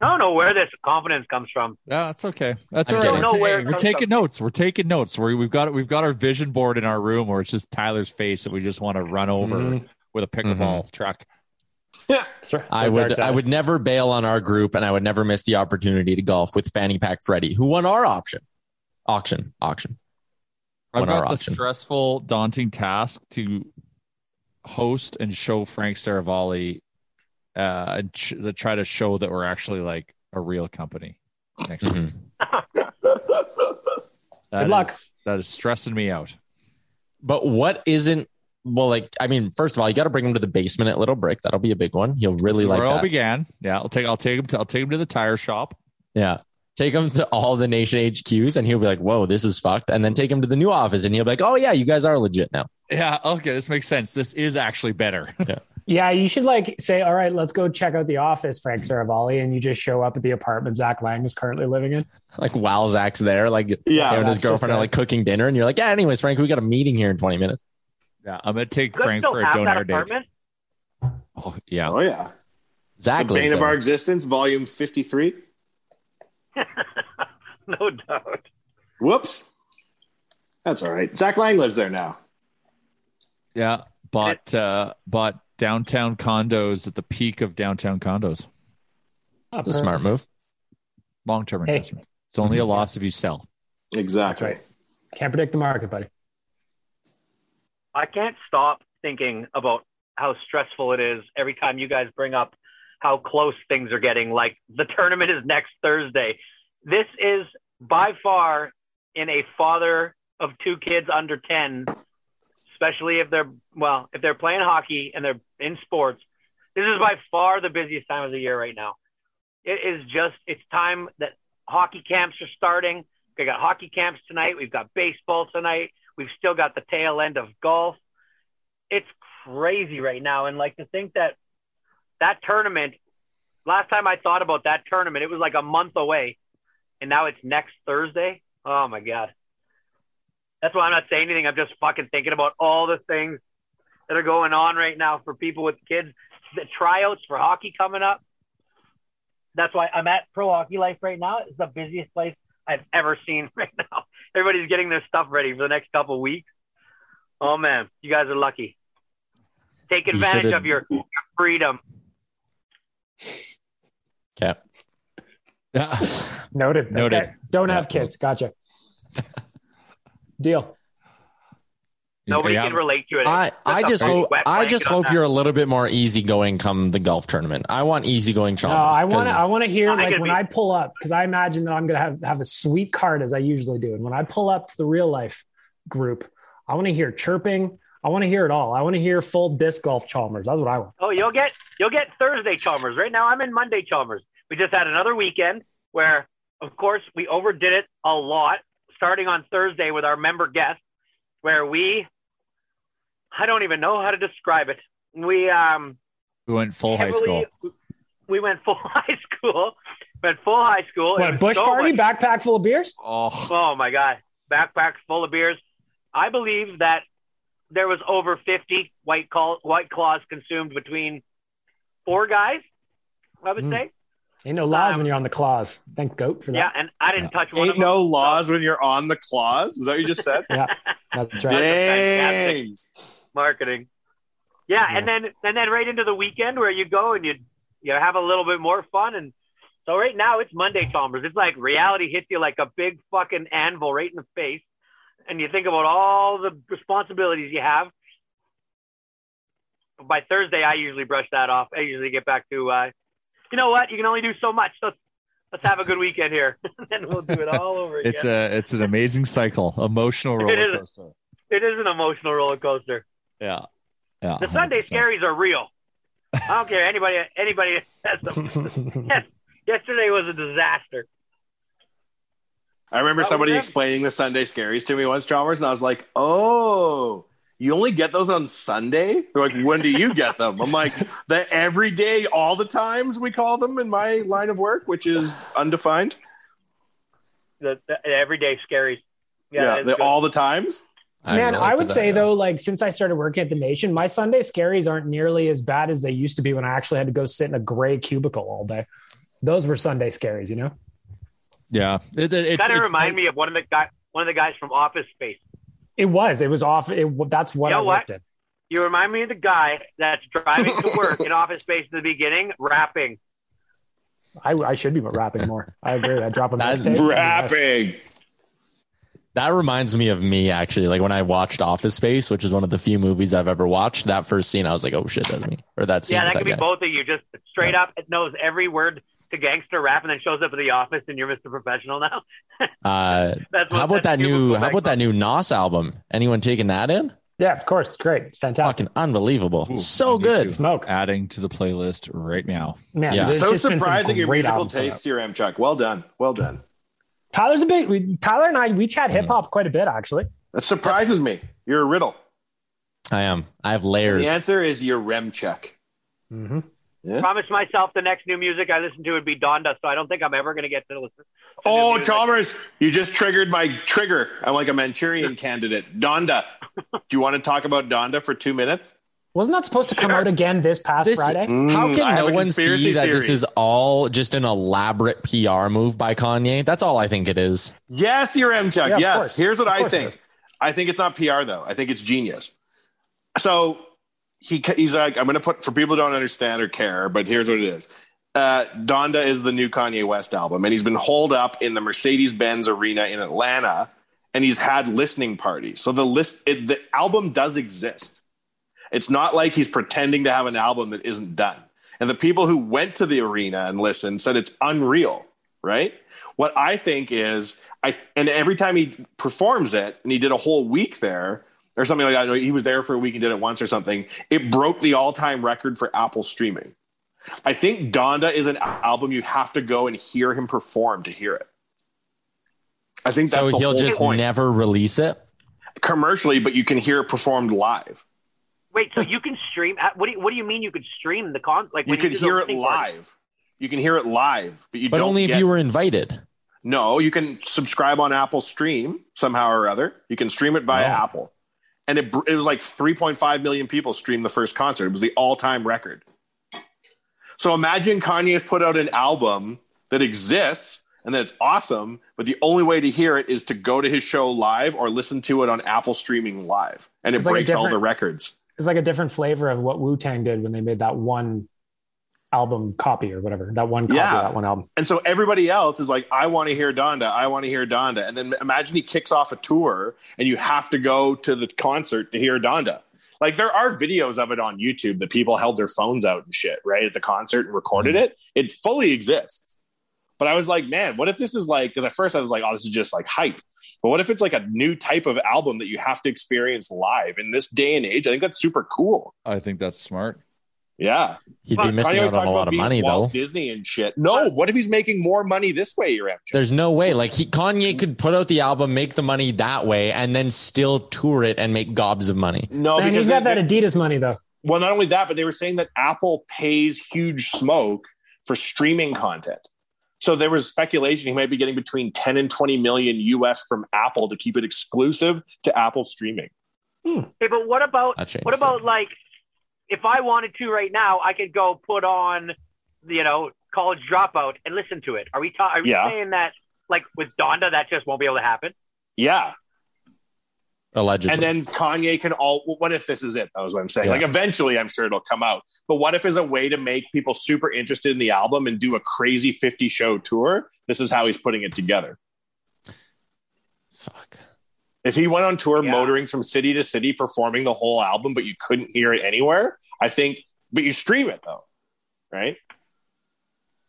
I don't know where this confidence comes from.
Yeah, that's okay. That's
I
all
don't
right.
know
We're,
where
ta-
it
we're
comes
taking notes. We're taking notes. We're, we've got we've got our vision board in our room where it's just Tyler's face that we just want to run over
Mhm.
with a pickleball truck.
I would I would never bail on our group and I would never miss the opportunity to golf with Fanny Pack Freddy, who won our option. Auction. Auction.
I've
Won
got
our
the
auction.
stressful, daunting task to host and show Frank Saravalli uh, and ch- to try to show that we're actually like a real company next week.
Mm-hmm.
That
Good luck.
is- that is stressing me out.
But what isn't well, like I mean, first of all, you gotta bring him to the basement at Little Brick. That'll be a big one. He'll really
This is
like
where it all
that.
began. Yeah, I'll take I'll take him to I'll take him to the tire shop.
Yeah. Take him to all the nation HQs and he'll be like, Whoa, this is fucked. And then take him to the new office and he'll be like, Oh yeah, you guys are legit now.
Yeah, okay, this makes sense. This is actually better.
Yeah.
Yeah, you should like say, all right, let's go check out the office, Frank Saravalli, and you just show up at the apartment Zach Lang is currently living in.
Like wow, Zach's there. Like
Yeah.
yeah, and his
Zach's just
girlfriend are
there.
like cooking dinner, and you're like, Yeah, anyways, Frank, we got a meeting here in 20 minutes.
Yeah, I'm gonna take
You guys
Frank
still
for a
have that
donair date.
apartment?
Oh yeah.
Oh yeah.
Zach
The
lives
bane of
there.
our existence, volume fifty-three.
*laughs* No doubt.
Whoops. That's all right. Zach Lang lives there now.
Yeah, bought uh, bought downtown condos at the peak of downtown condos.
It's a smart move.
Long term
Hey.
investment. It's only a loss if you sell.
Exactly.
Can't predict the market, buddy.
I can't stop thinking about how stressful it is every time you guys bring up how close things are getting. Like the tournament is next Thursday. This is by far in a father of two kids under 10, especially if they're, well, if they're playing hockey and they're in sports, this is by far the busiest time of the year right now. It is just, it's time that hockey camps are starting. I got hockey camps tonight. We've got baseball tonight. We've still got the tail end of golf. It's crazy right now. And like to think that that tournament, last time I thought about that tournament, it was like a month away. And now it's next Thursday. Oh my God. That's why I'm not saying anything. I'm just fucking thinking about all the things that are going on right now for people with kids. The tryouts for hockey coming up. That's why I'm at Pro Hockey Life right now. It's the busiest place I've ever seen *laughs* right now. Everybody's getting their stuff ready for the next couple weeks. Oh man, you guys are lucky. Take advantage
should've-
of your your freedom.
Cap.
Yeah.
Noted.
Noted.
Okay. Don't have kids. Gotcha. *laughs* Deal.
Nobody
Yeah.
can relate to it.
I, I
That's
just
a
hope
wet
I
blanket
just
on
hope
that.
you're a little bit more easygoing come the golf tournament. I want easygoing
No,
challenges.
I want to.
'cause-
I want to hear
I
like
could
when
be-
I pull up because I imagine that I'm gonna have have a sweet card as I usually do. And when I pull up to the real life group, I want to hear chirping. I want to hear it all. I want to hear full disc golf Chalmers. That's what I want.
Oh, you'll get you'll get Thursday Chalmers. Right now, I'm in Monday Chalmers. We just had another weekend where, of course, we overdid it a lot. Starting on Thursday with our member guests, where we, I don't even know how to describe it. We um
We went full high school.
heavily- we went full *laughs* high school, went full high school. It
What
was
bush
so
party
much-
backpack full of beers?
Oh,
Oh my God. Backpacks full of beers. I believe that there was over 50 white, call, white claws consumed between four guys, I would
Mm.
say. Um,
Ain't no laws when you're on the claws. Thank goat for
Yeah.
that.
And I didn't touch one
Ain't
of them.
no laws when you're on the claws. Is that what you just said?
*laughs* Yeah, that's right.
Dang.
Fantastic. Marketing. Yeah, And then, and then right into the weekend where you go and you, you have a little bit more fun. And so right now it's Monday Chalmers. It's like reality hits you like a big fucking anvil right in the face. And you think about all the responsibilities you have. by Thursday, I usually brush that off. I usually get back to, uh, you know what? You can only do so much. Let's let's have a good weekend here, and then we'll do it all over again.
it's a it's an amazing cycle, emotional
It is.
roller coaster.
it is an emotional roller coaster.
Yeah, yeah.
The Sunday scaries are real. I don't care anybody anybody has them. yes, *laughs* yesterday was a disaster.
I remember
That was
somebody
it.
explaining the Sunday scaries to me once, Chalmers, and I was like, "Oh, you only get those on Sunday?" They're like, "When do you get them?" I'm like, "The every day, all the times we call them in my line of work, which is undefined.
The, the everyday scaries.
Yeah,
Yeah,
the, all the times.
Man,
relate
I
to
would
that,
say
yeah.
though, like since I started working at the Nation, my Sunday scaries aren't nearly as bad as they used to be when I actually had to go sit in a gray cubicle all day. Those were Sunday scaries, you know.
Yeah, it, it, it's,
kind of
it's
remind
like-
me of one of the guy one of the guys from Office Space.
It was. It was off. It, that's what
You know
I
what?
worked in.
You remind me of the guy that's driving to
*laughs*
work in Office Space in the beginning, rapping.
I, I should be rapping more. I agree. I
*laughs*
drop a
That's
mixtape.
That reminds me of me actually. Like when I watched Office Space, which is one of the few movies I've ever watched. That first scene, I was like, "Oh shit, that's me." Or that scene.
Yeah,
with
that could be
guy.
both of you. Just straight up, it knows every word to gangster rap, and then shows up at the office, and you're Mr. Professional now. *laughs*
Uh,
That's what
how about that
that
new?
beautiful
How about that new Nas album? Anyone taking that in?
Yeah, of course. It's great. It's fantastic.
Fucking unbelievable. so
I need
good.
to-
Smoke.
Adding to the playlist right now.
Man,
Yeah.
there's
So
just been some
surprising your
great
musical
albums coming out.
taste here, M. Chuck. Well done, well done.
Tyler's a big. We, Tyler and I we chat
Mm.
hip hop quite a bit actually.
That surprises me. You're a riddle.
I am. I have
And
layers.
the answer is your REM check.
Mm-hmm.
Promise myself the next new music I listen to would be Donda, so I don't think I'm ever going to get to listen. to new
Oh,
music.
Chalmers, you just triggered my trigger. I'm like a Manchurian candidate. Donda. Do you want to talk about Donda for two minutes?
Wasn't that supposed to come out again this past
This- How
Friday?
Mm, I
can
have
no
a
one see
conspiracy
that
theory.
this is all just an elaborate PR move by Kanye? That's all I think it is.
Yes, you're M. Chuck.
Yeah, of
yes.
course.
Here's what
Of
I
course it
think.
is.
I think it's not PR though. I think it's genius. So he he's like, I'm going to put for people who don't understand or care, but here's what it is. Uh, Donda is the new Kanye West album, and he's been holed up in the Mercedes Benz Arena in Atlanta, and he's had listening parties. So the list, it, the album does exist. It's not like he's pretending to have an album that isn't done. And the people who went to the arena and listened said it's unreal, right? What I think is, I and every time he performs it, and he did a whole week there or something like that. He was there for a week and did it once or something. It broke the all-time record for Apple streaming. I think Donda is an album you have to go and hear him perform to hear it. I think that's
so
the
he'll
whole
just
point.
never release it.
commercially, but you can hear it performed live.
Wait,
*laughs*
so you can stream? uh, What do you, what do you mean you could stream the con? Like
You
when
could
do
hear
those
it
thing parties?
live. You can hear it live, but you
But
don't
only
get-
if you were invited.
No, you can subscribe on Apple Stream somehow or other. You can stream it via Apple, and it it was like 3.5 million people streamed the first concert. It was the all time record. So imagine Kanye's put out an album that exists and that it's awesome, but the only way to hear it is to go to his show live or listen to it on Apple streaming live, and it
It's like a
breaks all the
different-
records.
It's like a different flavor of what Wu Tang did when they made that one album copy or whatever. That one copy
Yeah.
of that one album.
And so everybody else is like, I want to hear Donda. I want to hear Donda. And then imagine he kicks off a tour and you have to go to the concert to hear Donda. Like there are videos of it on YouTube that people held their phones out and shit, right? At the concert and recorded it. It fully exists. But I was like, man, what if this is like, because at first I was like, oh, this is just like hype. But what if it's like a new type of album that you have to experience live in this day and age? I think that's super cool.
I think that's smart.
Yeah.
He'd be missing out
Kanye always
on a lot
talks about
of
being
money,
Walt
though.
Disney and shit. No, what if he's making more money this way, You're after?
There's no way. Like he, Kanye could put out the album, make the money that way, and then still tour it and make gobs of money.
No,
Man, he's got that Adidas money though.
Well, not only that, but they were saying that Apple pays huge smoke for streaming content. So there was speculation he might be getting between 10 and 20 million US from Apple to keep it exclusive to Apple streaming.
Hey, but what about
That changes
what about like if I wanted to right now, I could go put on you know college dropout and listen to it. Are we ta- are we
Yeah.
saying that like with Donda that just won't be able to happen?
Yeah.
Allegedly.
And then Kanye can all. well, What if this is it? That was what I'm saying.
Yeah.
Like eventually, I'm sure it'll come out. But what if as a way to make people super interested in the album and do a crazy 50 show tour? This is how he's putting it together. Fuck. If he went on tour motoring from city to city performing the whole album, but you couldn't hear it anywhere, I think. But you stream it though, right?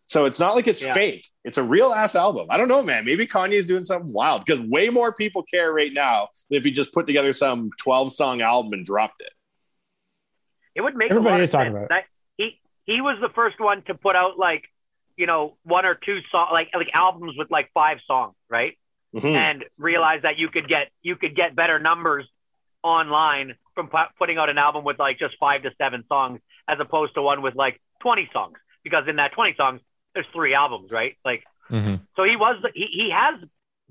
So it's not like it's
Yeah.
fake. It's a real ass album. I don't know, man. Maybe Kanye's doing something wild because way more people care right now than if he just put together some 12 song album and dropped it.
It would make
Everybody
a lot
is
of
talking
sense.
about
That,
it.
he he was the first one to put out like you know one or two song like like albums with like five songs, right?
Mm-hmm.
Mhm.
And realized that you could get you could get better numbers online from pu- putting out an album with like just five to seven songs as opposed to one with like twenty songs because in that twenty songs there's three albums, right? Like
Mm-hmm.
so he was he, he has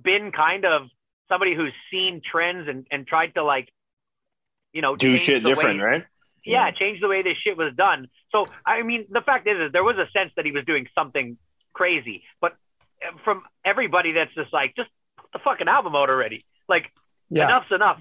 been kind of somebody who's seen trends and, and tried to like you know
Do
change
shit
the way-
different, right?
yeah, change the way this shit was done. So I mean, the fact is, is there was a sense that he was doing something crazy, but eh, from everybody that's just like, just put the fucking album out already. Like
Yeah.
enough's enough.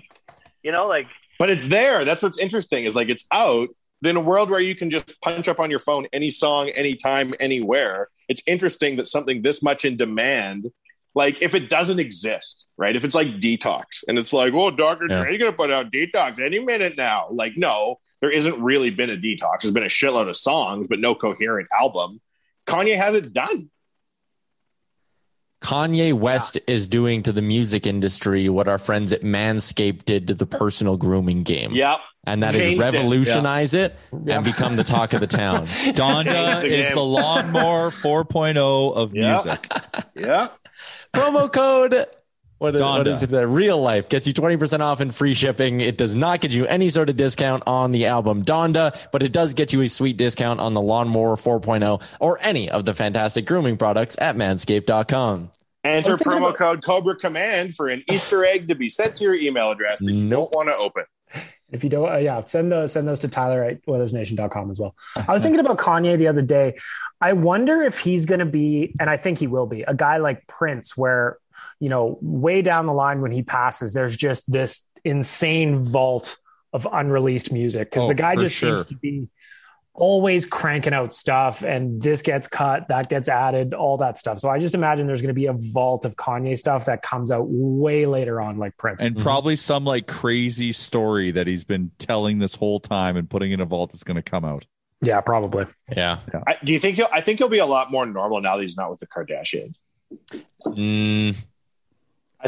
You know, like
But it's there. That's what's interesting is like it's out. But in a world where you can just punch up on your phone any song, anytime, anywhere, it's interesting that something this much in demand, like if it doesn't exist, right? If it's like detox and it's like, oh, Dr.
Yeah.
Dre's going to put out detox any minute now. Like, no, there isn't really been a detox. There's been a shitload of songs, but no coherent album. Kanye has it done.
Kanye West is doing to the music industry what our friends at Manscaped did to the personal grooming game.
Yep.
And that is
Changed it.
revolutionize it, and become the talk of the
*laughs*
town.
Donda is the lawnmower 4.0 of
Yeah.
music.
Yeah.
Promo code. What is, what
Donda.
is it? The real life gets you 20% off and free shipping. It does not get you any sort of discount on the album Donda, but it does get you a sweet discount on the Lawnmower 4.0 or any of the fantastic grooming products at manscaped.com. I
Enter
was thinking
promo code Cobra Command for an Easter egg to be sent to your email address that you don't want to open.
If you don't, uh, yeah, send those send those to Tyler at weathersnation.com as well. I was thinking about Kanye the other day. I wonder if he's going to be, and I think he will be, a guy like Prince, where you know, way down the line when he passes, there's just this insane vault of unreleased music because
Oh,
the guy
for
just
sure.
seems to be always cranking out stuff and this gets cut that gets added all that stuff so i just imagine there's going to be a vault of kanye stuff that comes out way later on like prince
And probably some like crazy story that he's been telling this whole time and putting in a vault that's going to come out.
yeah probably
Yeah.
I, do you think he'll? I think he'll be a lot more normal now that he's not with the Kardashians.
Mm,
I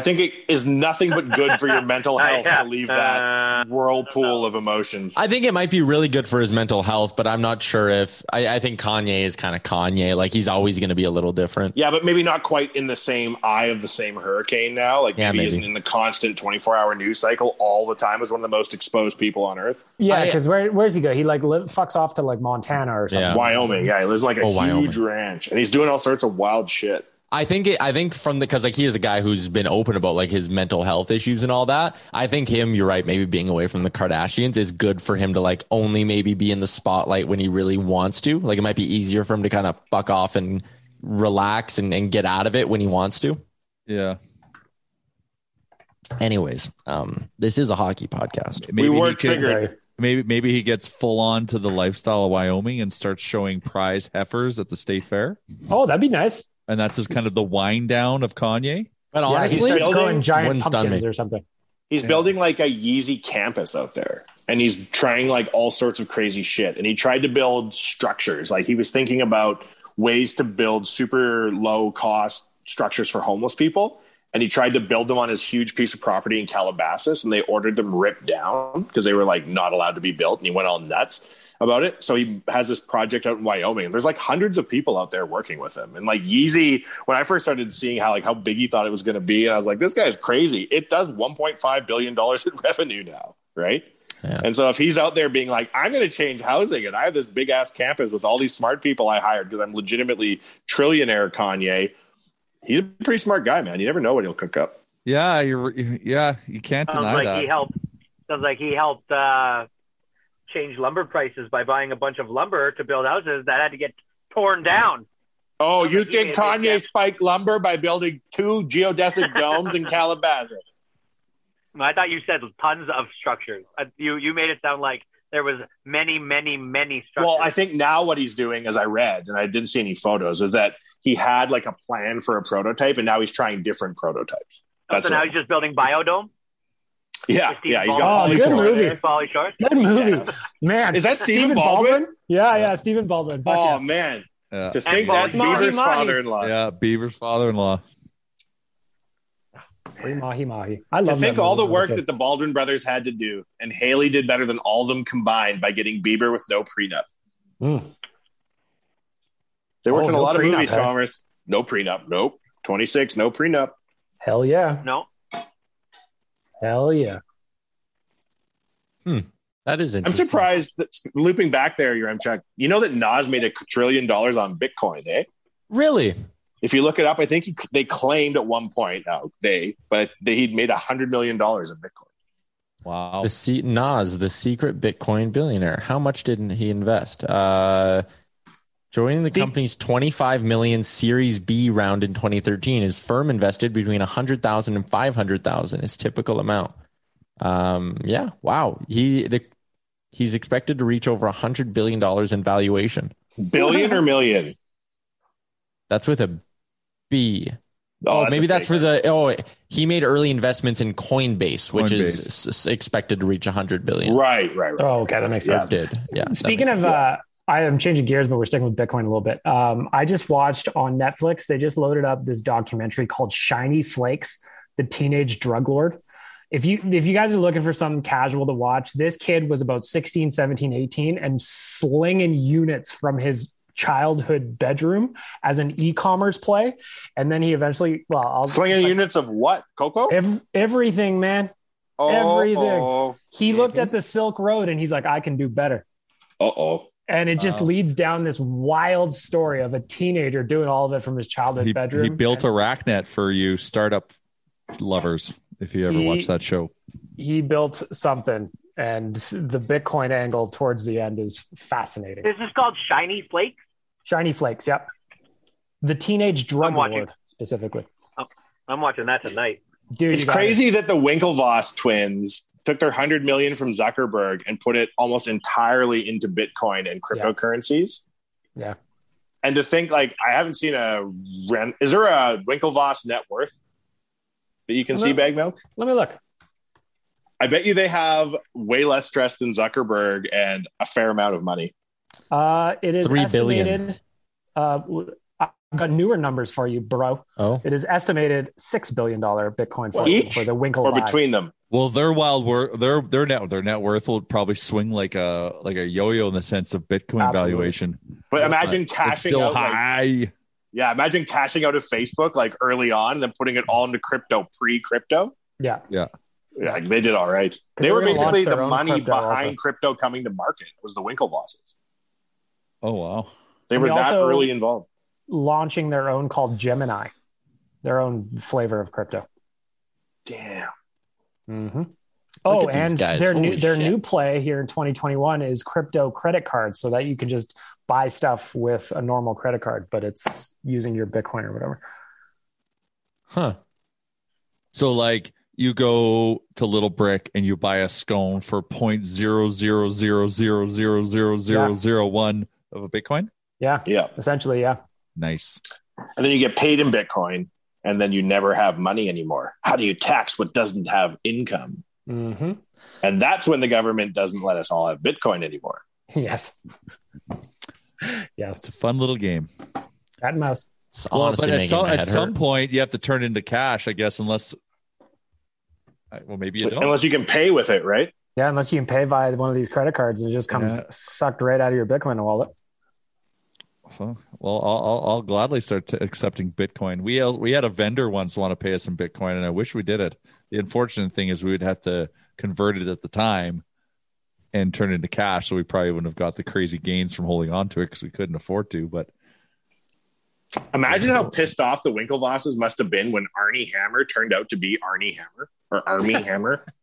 I think it is nothing but good for your mental health
Yeah.
to leave that whirlpool of emotions.
I think it might be really good for his mental health, but I'm not sure if I, I think Kanye is kind of Kanye. Like he's always going to be a little different.
Yeah, but maybe not quite in the same eye of the same hurricane now. Like
Yeah,
maybe,
maybe.
isn't in the constant 24-hour news cycle all the time as one of the most exposed people on earth.
Yeah, because where where's he go? He like li- fucks off to like Montana or something.
Wyoming. Yeah, he lives like a
Oh,
huge
Wyoming.
ranch, and he's doing all sorts of wild shit.
I think it, I think from the because like he is a guy who's been open about like his mental health issues and all that. I think him, you're right. Maybe being away from the Kardashians is good for him to like only maybe be in the spotlight when he really wants to. Like it might be easier for him to kind of fuck off and relax and, and get out of it when he wants to.
Yeah.
Anyways, um, this is a hockey podcast.
Maybe he could- Maybe maybe he gets full on to the lifestyle of Wyoming and starts showing prize heifers at the state fair.
Oh, that'd be nice.
And that's just kind of the wind down of Kanye.
But
Yeah, he honestly, starts growing giant wouldn't stun pumpkins me. or something.
He's building like a Yeezy campus out there, and he's trying like all sorts of crazy shit. And he tried to build structures. Like he was thinking about ways to build super low cost structures for homeless people. And he tried to build them on his huge piece of property in Calabasas, and they ordered them ripped down because they were like not allowed to be built. And he went all nuts about it. So he has this project out in Wyoming, and there's like hundreds of people out there working with him. And like Yeezy, when I first started seeing how like how big he thought it was going to be, and I was like, this guy's crazy. It does 1.5 billion dollars in *laughs* revenue now, right? And so if he's out there being like, I'm going to change housing, and I have this big ass campus with all these smart people I hired because I'm legitimately trillionaire Kanye. He's a pretty smart guy, man. You never know what he'll cook up.
Yeah, you're yeah, you can't
Sounds
deny
like
that.
he helped. Sounds like he helped uh, change lumber prices by buying a bunch of lumber to build houses that had to get torn down.
Oh, you
he
think
made a
Kanye spiked lumber by building two geodesic domes in Calabasas?
I thought you said tons of structures. Uh, You you made it sound like there was many, many, many structures.
Well, I think now what he's doing, as I read, and I didn't see any photos, is that he had like a plan for a prototype, and now he's trying different prototypes. That's
Oh, so now
what-
he's just building biodome.
yeah, yeah. He's got
Baldwin. Oh,
Pauly
good
Shore
movie.
there.
Polly Shore.
Good movie, man.
Is that Stephen Baldwin?
Yeah, yeah, Stephen Baldwin. Fuck
Oh
yeah.
man,
Yeah.
to think that's
Mahi
Beaver's
Mahi.
father-in-law.
Yeah, Beaver's father-in-law.
Free mahi mahi. I
To
love
think
that
all the
movie.
work
Okay.
that the Baldwin brothers had to do, and Haley did better than all of them combined by getting Bieber with no prenup.
Mm.
They worked
Oh,
in a
no
lot of
prenup,
movies,
huh?
Chalmers. No prenup. Nope. Twenty six. No prenup.
Hell yeah.
No.
Hell yeah.
That is
I'm
interesting.
surprised that looping back there, your Chuck. You know that Nas made a trillion dollars on Bitcoin, eh?
Really?
If you look it up, I think he, they claimed at one point, no, they, but that he'd made a hundred million dollars in Bitcoin.
Wow.
The C- Nas, the secret Bitcoin billionaire. How much did he invest? Uh, joining the company's 25 million Series B round in 2013, his firm invested between 100,000 and 500,000, his typical amount. Um, yeah, wow. He the he's expected to reach over 100 billion dollars in valuation.
Billion or million?
That's with a B.
Oh,
Oh,
that's
maybe
a
that's
fake.
for the oh he made early investments in Coinbase, which is
Coinbase.
s- s- expected to reach 100 billion.
Right, right, right.
Oh, okay, that makes sense.
Did yeah. that
Speaking
makes
of,
sense.
uh, I am changing gears, but we're sticking with Bitcoin a little bit. Um, I just watched on Netflix, they just loaded up this documentary called Shiny Flakes, the teenage drug lord. If you if you guys are looking for something casual to watch, this kid was about 16, 17, 18 and slinging units from his childhood bedroom as an e-commerce play and then he eventually well I'll
Slinging units of what? Cocoa?
Ev- everything, man.
Oh,
everything.
oh.
He looked at the Silk Road and he's like, I can do better.
Uh oh.
And it just
Wow.
leads down this wild story of a teenager doing all of it from his childhood
He,
bedroom.
he built a rack net for you startup lovers if you ever
He-
watch that show.
He built something, and the Bitcoin angle towards the end is fascinating.
This is called shiny flakes.
Shiny flakes, yep. The teenage drug lord specifically.
I'm watching that tonight.
Dude,
It's
you got it.
crazy that the Winklevoss twins took their hundred million from Zuckerberg and put it almost entirely into Bitcoin and cryptocurrencies.
Yeah.
And to think, like, I haven't seen a rent. Is there a Winklevoss net worth that you can see, Bag Milk?
Let me look.
I bet you they have way less stress than Zuckerberg and a fair amount of money.
Uh, it is
Three
estimated.
billion.
Uh, w- I- I've got newer numbers for you, bro.
Oh,
It is estimated six billion dollar Bitcoin fortune
Each
for the Winkle
or between them?
Well, their wild worth, their their net their net worth will probably swing like a like a yo-yo in the sense of Bitcoin
Absolutely.
valuation.
But imagine
it's
cashing
still
out, like-
high.
Yeah, imagine cashing out of Facebook like early on, and then putting it all into crypto pre-crypto.
Yeah.
yeah.
Yeah, like, they did all right.
They
They
were
were
gonna launch
basically
their
the
own
money
crypto also.
behind crypto coming to market was the Winklevosses.
Oh wow.
They
And
were
they
that
also-
early involved.
launching their own called Gemini, their own flavor of crypto.
Damn.
Mm-hmm. Oh,
at these
and
guys.
their
Holy
new their
shit.
new play here in 2021 is crypto credit cards, so that you can just buy stuff with a normal credit card, but it's using your Bitcoin or whatever.
Huh. So like you go to Little Brick and you buy a scone for point zero zero zero zero zero zero zero zero one of a Bitcoin.
Yeah.
Yeah.
Essentially, yeah.
Nice.
And then you get paid in Bitcoin, and then you never have money anymore. How do you tax what doesn't have income?
hmm
And that's when the government doesn't let us all have Bitcoin anymore.
*laughs* Yes. yes.
It's a fun little game.
Cat and mouse.
Well,
honestly
but at
making
some,
my
at
head
some
hurt.
point you have to turn into cash, I guess, unless. I- Well, maybe you don't.
Unless you can pay with it, right?
Yeah, unless you can pay via one of these credit cards, and it just comes
Yeah.
sucked right out of your Bitcoin wallet.
Well, well, I'll, I'll, I'll gladly start to accepting Bitcoin. We uh, we had a vendor once want to pay us in Bitcoin, and I wish we did it. The unfortunate thing is we would have to convert it at the time and turn it into cash, so we probably wouldn't have got the crazy gains from holding on to it because we couldn't afford to. But
Imagine how pissed off the Winklevosses must have been when Arnie Hammer turned out to be Arnie Hammer
*laughs*
or Army Hammer.
Yeah.
*laughs*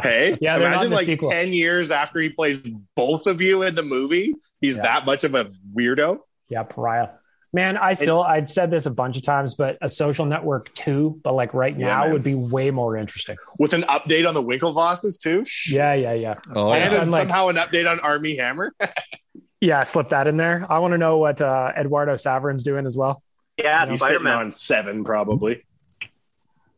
Hey,
*laughs* Yeah. they're not in
imagine
the
like
sequel.
10 years after he plays both of you in the movie, he's that much of a weirdo.
Yeah, pariah. Man, I still I've said this a bunch of times, but a social network too, but like right
Yeah,
now
man.
would be way more interesting.
With an update on the Winklevosses, too.
Yeah, yeah, yeah.
oh,
and
yeah.
then
Like-
somehow an update on Army
*laughs*
Hammer.
Yeah, slip that in there. I want to know what uh, Eduardo Saverin's doing as well.
Yeah,
he's
Spider
sitting
Man.
on seven, probably.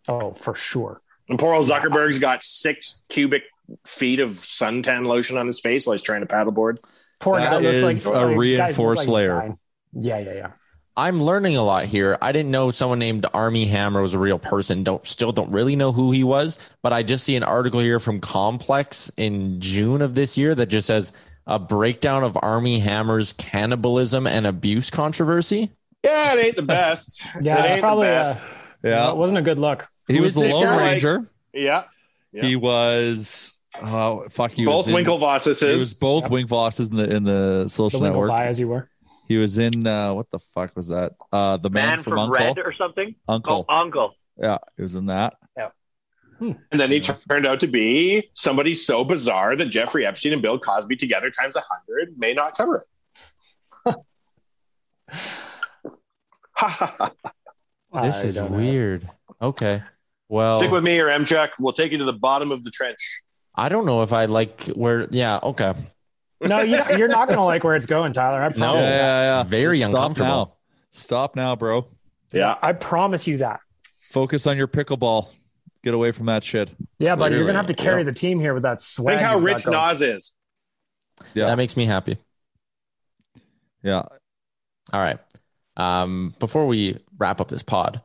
Oh, for sure.
And poor old Zuckerberg's got six cubic feet of suntan lotion on his face while he's trying to paddleboard.
Poor
That
guy looks
is
like
a
guys look
reinforced
he's
layer.
dying. Yeah, yeah, yeah.
I'm learning a lot here. I didn't know someone named Army Hammer was a real person. Don't still don't really know who he was, but I just see an article here from Complex in June of this year that just says a breakdown of Army Hammer's cannibalism and abuse controversy.
Yeah, it ain't the *laughs* best.
Yeah,
it
it's
ain't
probably
the
uh,
best.
yeah,
no, it wasn't a good look.
he
who
was
is
the
this
Lone
guy?
Ranger.
yeah. Yeah.
He was oh fuck, he
Both
was in- He was
Winklevosses.
both Winklevosses in the in the
The
social
winkle
network.
fly as you were.
He was in uh, what the fuck was that? Uh, the man,
Man
from,
from
Uncle.
Red or something.
Uncle.
Oh, Uncle.
Yeah, he was in that.
And then he turned out to be somebody so bizarre that Jeffrey Epstein and Bill Cosby together times a 100 may not cover it. *laughs* Ha, ha, ha.
This
I
is
don't know.
weird. Okay. Well,
Stick with me or Chuck. We'll take you to the bottom of the trench.
I don't know if I like where. Yeah. Okay.
No, you're not, you're not gonna like where it's going, Tyler. I
No.
promise. you that.
Very
Stop
uncomfortable.
now. Stop now, bro.
Yeah.
I promise you that.
Focus on your pickleball. Get away from that shit.
Yeah, but you're
Clearly,
gonna have to carry
yeah.
the team here with that swag.
Think how
you've got
rich
going.
Nas is.
Yeah.
That makes me happy.
Yeah.
All right. Um, before we wrap up this pod,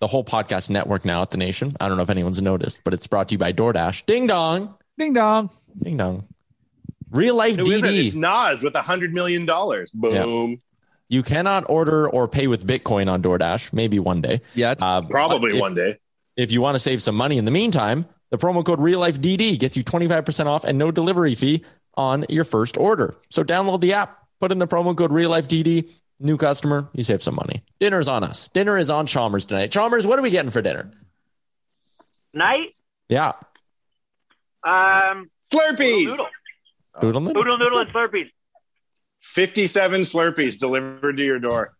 the whole podcast network now at the nation. I don't know if anyone's noticed, but it's brought to you by DoorDash. Ding dong.
Ding dong.
Ding dong. Real life
Who is it? It's
DD.
Nas with a hundred million dollars. Boom.
you cannot order or pay with Bitcoin on DoorDash. Maybe one day.
Yet.
Uh,
Probably
but if-
one day.
If you want to save some money in the meantime, the promo code Real Life DD gets you 25% off and no delivery fee on your first order. So download the app, put in the promo code Real Life DD, new customer, you save some money. Dinner's on us. Dinner is on Chalmers tonight. Chalmers, what are we getting for dinner?
Night.
Yeah.
Um,
Slurpees.
noodle,
Oodle noodle.
noodle, noodle, and Slurpees.
Fifty-seven Slurpees delivered to your door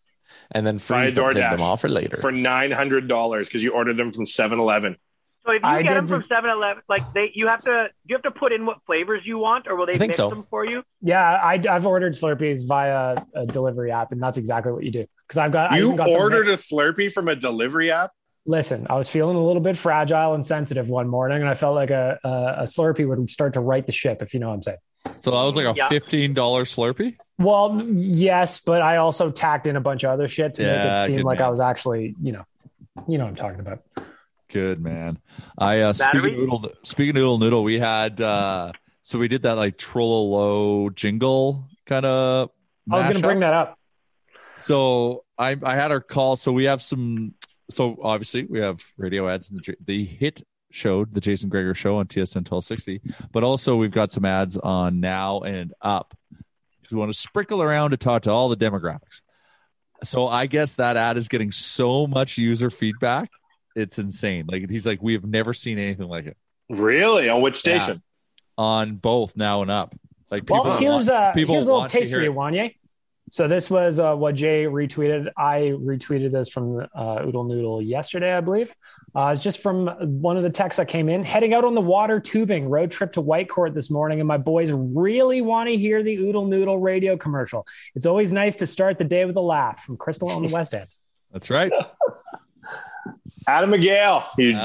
And then freeze
Via
them, save
DoorDash.
them all for later.
for nine hundred dollars because you ordered them from 7-Eleven.
So if you
I
get them
did-
from 7-Eleven, like they, you have to, do you have to put in what flavors you want, or will they
I think
mix
so.
them for you?
Yeah, I, I've ordered Slurpees via a delivery app, and that's exactly what you do. Because I've got I even
You
got the
ordered
mix-
a Slurpee from a delivery app.
Listen, I was feeling a little bit fragile and sensitive one morning, and I felt like a, a, a Slurpee would start to right the ship, if you know what I'm saying.
So that was like a
Yeah.
fifteen dollar Slurpee.
Well, yes, but I also tacked in a bunch of other shit to
Yeah,
make it seem
good
like
man.
I was actually, you know, you know what I'm talking about.
Good man. I uh, speaking
Battery?
of noodle, speaking of noodle noodle, we had uh, so we did that like trollolo jingle kind of.
I was going to bring that up.
So I I had our call. So we have some. So obviously we have radio ads in the J- the hit show, the Jason Greger show on TSN 1260, but also we've got some ads on now and up. 'Cause We want to sprinkle around to talk to all the demographics. So I guess that ad is getting so much user feedback, it's insane. Like he's like, we have never seen anything like it.
Really? On which
Yeah.
station?
On both now and up. Like people,
well,
want-
here's a
people
here's a little
want to
taste for
hear
you,
it.
Wanye. So this was uh, what Jay retweeted. I retweeted this from uh, Oodle Noodle yesterday, I believe. Uh, it's just from one of the texts that came in. Heading out on the water tubing road trip to Whitecourt this morning, and my boys really want to hear the Oodle Noodle radio commercial. It's always nice to start the day with a laugh from Crystal on the West End.
That's right.
Adam McGill, you
Adam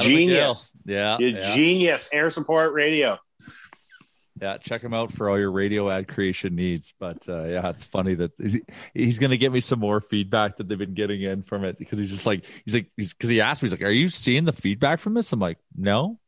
McGill.
genius.
Yeah,
You
yeah.
genius. Air support radio.
Yeah, check him out for all your radio ad creation needs. But uh, yeah, it's funny that is he- he's going to get me some more feedback that they've been getting in from it because he's just like he's like he's because he asked me he's like, "Are you seeing the feedback from this?" I'm like, "No."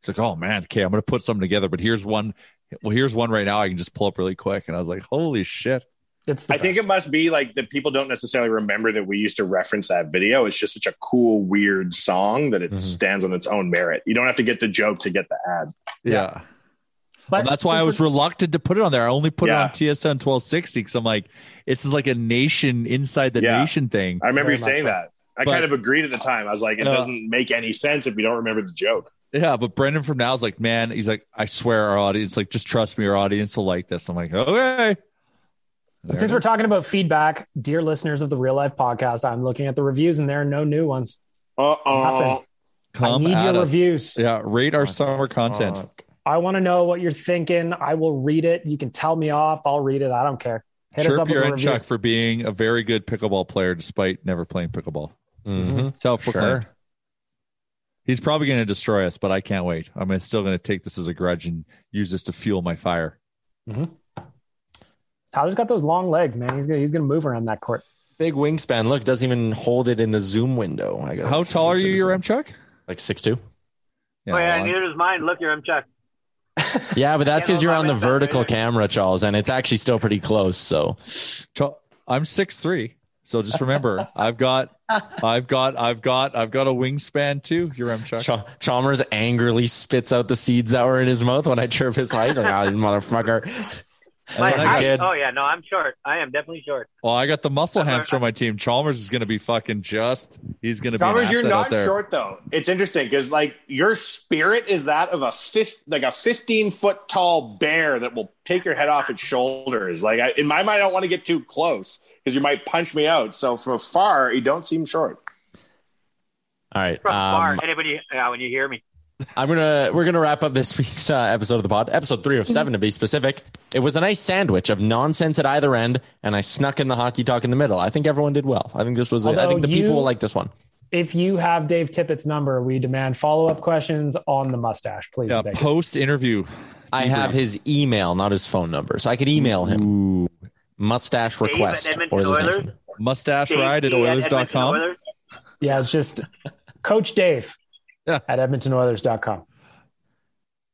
He's like, "Oh man, okay, I'm going to put something together, but here's one. Well, here's one right now. I can just pull up really quick." And I was like, "Holy shit!"
It's
I think it must be like that people don't necessarily remember that we used to reference that video. It's just such a cool, weird song that it
Mm-hmm.
stands on its own merit. You don't have to get the joke to get the ad.
Yeah. Well, that's why I was relucted to put it on there. I only put it on TSN 1260 because I'm like, it's like a nation inside the
Yeah.
nation thing.
I remember you saying that. I
But-
kind of agreed at the time. I was like, it
Uh,
Yeah.
doesn't make any sense if you don't remember the joke.
Yeah, but Brendan from now is like, man, he's like, I swear our audience, like, just trust me, our audience will like this. I'm like, okay.
But since we're talking about feedback, dear listeners of the Real Life Podcast, I'm looking at the reviews, and there are no new ones.
Uh
Nothing. I need your reviews.
Yeah, rate our summer content.
Mm-hmm.
I want to know what you're thinking. I will read it. You can tell me off. I'll read it. I don't care. Hit us
Chirp
up with
your
a
end
review.
Chuck for being a very good pickleball player despite never playing pickleball.
Mhm.
Self proclaimed.
Sure.
He's probably going to destroy us, but I can't wait. I'm gonna- still going to take this as a grudge and use this to fuel my fire.
Tyler's got those long legs, man. He's gonna he's gonna move around that court.
Big wingspan. Look, doesn't even hold it in the Zoom window. I got
How tall are you, your M Chuck?
Like six two.
Yeah,
oh yeah,
well, I-
neither is mine. Look here, I'm Chuck.
Yeah, but that's because you're on the vertical camera, Charles, and it's actually still pretty close. So
Cho- I'm six three, so just
*laughs*
remember, I've got, I've got, I've got, I've got a wingspan too. Your M Chuck.
Cha- Chalmers angrily spits out the seeds that were in his mouth when I chirp his height. Like, ah, you motherfucker.
My
Like a
height-
kid.
oh yeah, no, I'm short. I am definitely short.
Well, I got the muscle hamster on my team. Chalmers is going to be fucking just. He's going to be. an
Chalmers, you're
asset out
not
there.
short though. It's interesting because like your spirit is that of a fifth, like a 15 foot tall bear that will take your head off its shoulders. Like I, in my mind, I don't want to get too close because you might punch me out. So from afar, you don't seem short.
All right.
From far,
um,
anybody yeah, when you hear me.
I'm gonna we're gonna wrap up this *laughs* week's uh, episode of the pod, episode three of seven to be specific. It was a nice sandwich of nonsense at either end, and I snuck in the hockey talk in the middle. I think everyone did well. I think this was. I
Although
think the people
you-
will like this one.
If you have Dave Tippett's number, we demand follow up questions on the mustache, please.
Yeah,
Thank you.
post interview.
I have his email, not his phone number, so I could email him. Mustache
Dave at
request.
Edmonton
Oilers
Oilers?
Nation.
Mustache
Dave
ride at
D
Oilers.com.
Edmonton Oilers.
Yeah,
*laughs*
it's just Coach Dave at EdmontonOilers.com.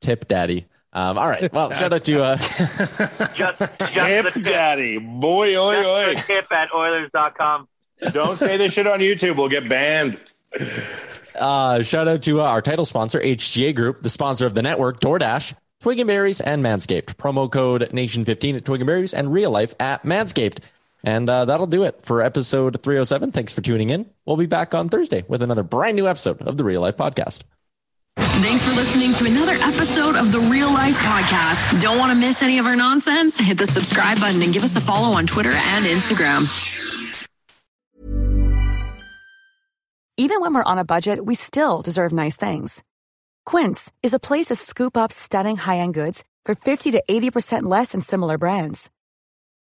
Tip daddy. Um, all right. Well, shout out to uh,
Hip daddy, boy, oi, oi.
Tip at Oilers.com.
Don't say this shit on YouTube. We'll get banned.
Uh, shout out to uh, our title sponsor, HGA Group, the sponsor of the network, DoorDash, Twig and Berries, and Manscaped. Promo code Nation15 at Twig and Berries and Real Life at Manscaped. And uh, that'll do it for episode 307. Thanks for tuning in. We'll be back on Thursday with another brand new episode of the Real Life Podcast.
Thanks for listening to another episode of the Real Life Podcast. Don't want to miss any of our nonsense? Hit the subscribe button and give us a follow on Twitter and Instagram.
Even when we're on a budget, we still deserve nice things. Quince is a place to scoop up stunning high-end goods for 50 to 80% less than similar brands.